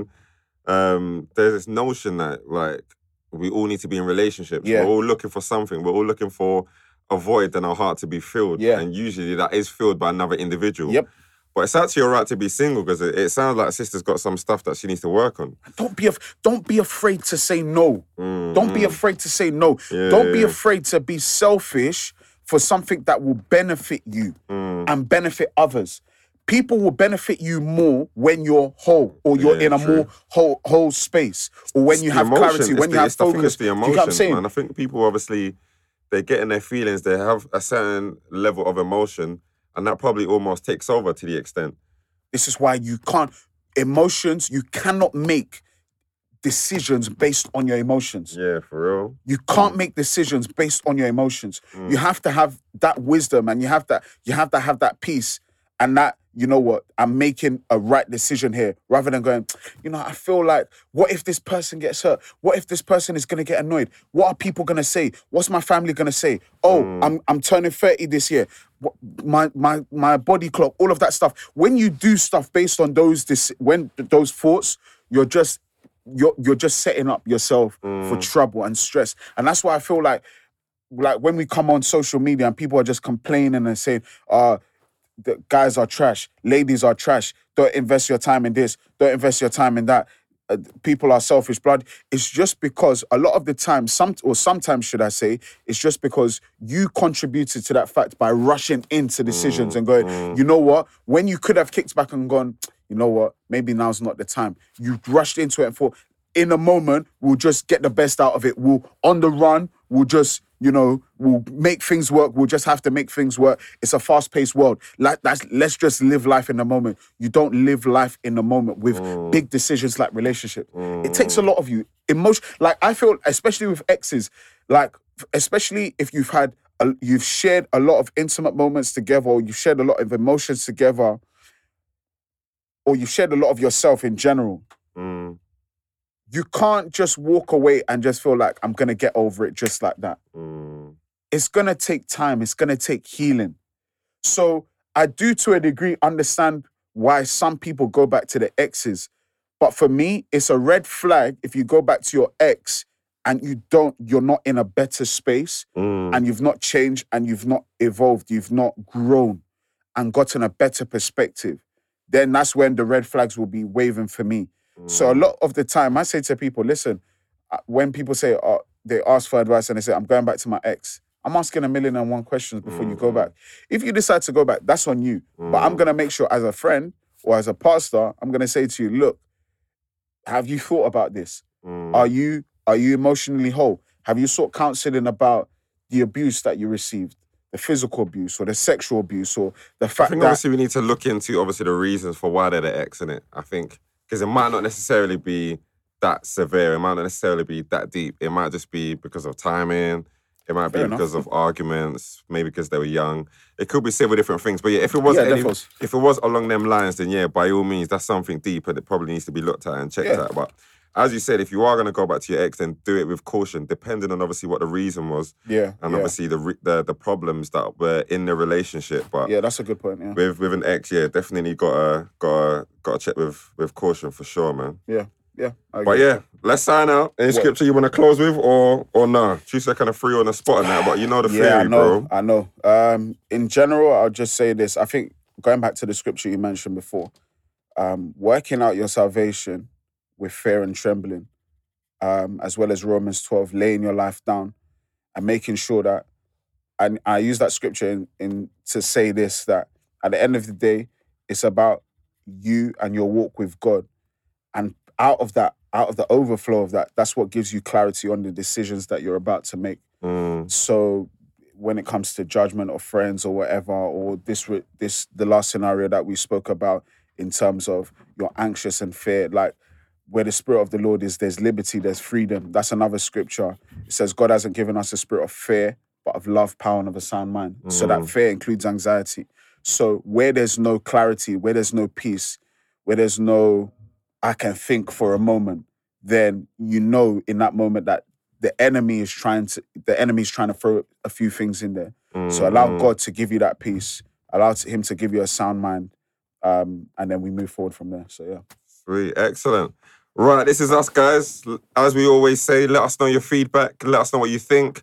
S2: um, there's this notion that like we all need to be in relationships.
S1: Yeah.
S2: We're all looking for something. We're all looking for a void and our heart to be filled.
S1: Yeah.
S2: And usually that is filled by another individual.
S1: Yep.
S2: But it's actually all right to be single because it, it sounds like sister's got some stuff that she needs to work on.
S1: Don't be af- don't be afraid to say no. Don't
S2: Mm.
S1: be afraid to say no. Don't be
S2: Yeah.
S1: afraid to be selfish for something that will benefit you
S2: Mm.
S1: and benefit others. People will benefit you more when you're whole or you're
S2: Yeah,
S1: in a
S2: true.
S1: more whole whole space or when
S2: It's
S1: you
S2: the
S1: have
S2: emotion.
S1: clarity,
S2: It's
S1: when
S2: the,
S1: you have
S2: it's the, I think
S1: focus.
S2: it's
S1: Do
S2: the
S1: you
S2: emotion,
S1: get what I'm saying?
S2: man. I think people obviously they get in their feelings, they have a certain level of emotion, and that probably almost takes over to the extent.
S1: This is why you can't emotions, you cannot make decisions based on your emotions.
S2: Yeah, for real.
S1: You can't make decisions based on your emotions. You have to have that wisdom and you have that you have to have that peace and that you know what I'm making a right decision here rather than going you know I feel like what if this person gets hurt? What if this person is going to get annoyed? What are people going to say? What's my family going to say? Oh, I'm I'm turning 30 this year. What- My my my body clock, all of that stuff. When you do stuff based on those this when those thoughts, you're just you're you're just setting up yourself for trouble and stress. And that's why I feel like like when we come on social media and people are just complaining and saying, uh, the guys are trash, ladies are trash, don't invest your time in this, don't invest your time in that. Uh, people are selfish, blood. It's just because a lot of the time, some or sometimes should I say, it's just because you contributed to that fact by rushing into decisions and going, you know what? When you could have kicked back and gone, you know what? Maybe now's not the time. You rushed into it and thought, in a moment, we'll just get the best out of it. We'll on the run, we'll just, you know, we'll make things work. We'll just have to make things work. It's a fast-paced world. Like that's let's just live life in the moment. You don't live life in the moment with big decisions like relationship. It takes a lot of you. Emotion like I feel, especially with exes, like especially if you've had a, you've shared a lot of intimate moments together, or you've shared a lot of emotions together, or you've shared a lot of yourself in general
S2: Mm,
S1: you can't just walk away and just feel like I'm gonna get over it just like that.
S2: mm,
S1: It's gonna take time, it's gonna take healing. So I do to a degree understand why some people go back to the exes. But for me, it's a red flag if you go back to your ex and you don't, you're not in a better space
S2: mm.
S1: and you've not changed and you've not evolved, you've not grown and gotten a better perspective, then that's when the red flags will be waving for me. So a lot of the time, I say to people, listen, uh, when people say uh, they ask for advice and they say I'm going back to my ex, I'm asking a million and one questions before you
S2: Mm.
S1: go back. If you decide to go back, that's on you. But I'm gonna make sure, as a friend or as a pastor, I'm gonna say to you, look, have you thought about this?
S2: Mm.
S1: Are you are you emotionally whole? Have you sought counseling about the abuse that you received, the physical abuse or the sexual abuse or the
S2: I
S1: fact
S2: think
S1: that
S2: obviously we need to look into obviously the reasons for why they're the ex in it. I think because it might not necessarily be that severe. It might not necessarily be that deep. It might just be because of timing. It might
S1: Fair
S2: be
S1: enough.
S2: because of arguments. Maybe because they were young. It could be several different things. But yeah, if it was
S1: Yeah,
S2: any,
S1: defos.
S2: if it was along them lines, then yeah, by all means, that's something deep and it probably needs to be looked at and checked
S1: Yeah.
S2: out. But as you said, if you are going to go back to your ex, then do it with caution, depending on obviously what the reason was
S1: yeah,
S2: and
S1: yeah,
S2: obviously the, re- the the problems that were in the relationship. But
S1: yeah, that's a good point. Yeah,
S2: with with an ex, yeah, definitely got to got to got to check with with caution for sure, man.
S1: yeah, yeah. I
S2: But
S1: agree.
S2: yeah, let's sign out. Any scripture you want to close with, or or nah? Choose a kind of free on the spot and that. But you know the theory,
S1: yeah, I know,
S2: bro.
S1: I know. Um, in general, I'll just say this. I think going back to the scripture you mentioned before, um, working out your salvation with fear and trembling, um, as well as Romans twelve, laying your life down and making sure that and I use that scripture in, in to say this that at the end of the day, it's about you and your walk with God. And out of that, out of the overflow of that, that's what gives you clarity on the decisions that you're about to make.
S2: Mm,
S1: So when it comes to judgment of friends or whatever, or this re- this the last scenario that we spoke about in terms of you're anxious and fear, like where the spirit of the Lord is, there's liberty, there's freedom. That's another scripture. It says God hasn't given us a spirit of fear, but of love, power, and of a sound mind. So that fear includes anxiety. So where there's no clarity, where there's no peace, where there's no I can think for a moment, then you know in that moment that the enemy is trying to the enemy's trying to throw a few things in there.
S2: mm,
S1: So allow God to give you that peace. Allow to- him to give you a sound mind. Um, and then we move forward from there. So yeah.
S2: sweet, excellent. Right, this is us guys. As we always say, let us know your feedback. Let us know what you think.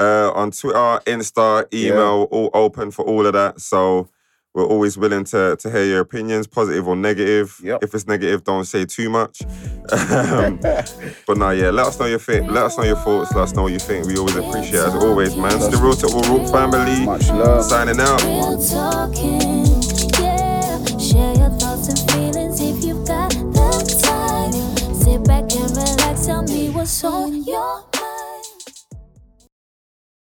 S2: uh, on Twitter, Insta, email, all open for all of that. So we're always willing to, to hear your opinions, positive or negative.
S1: Yep.
S2: If it's negative, don't say too much. *laughs* Um, but now, yeah, let us know your fit. Let us know your thoughts. Let us know what you think. We always appreciate, it, as always, man. It's the Real Talk Will Rock family.
S1: Much love.
S2: Signing out.
S5: We're talking.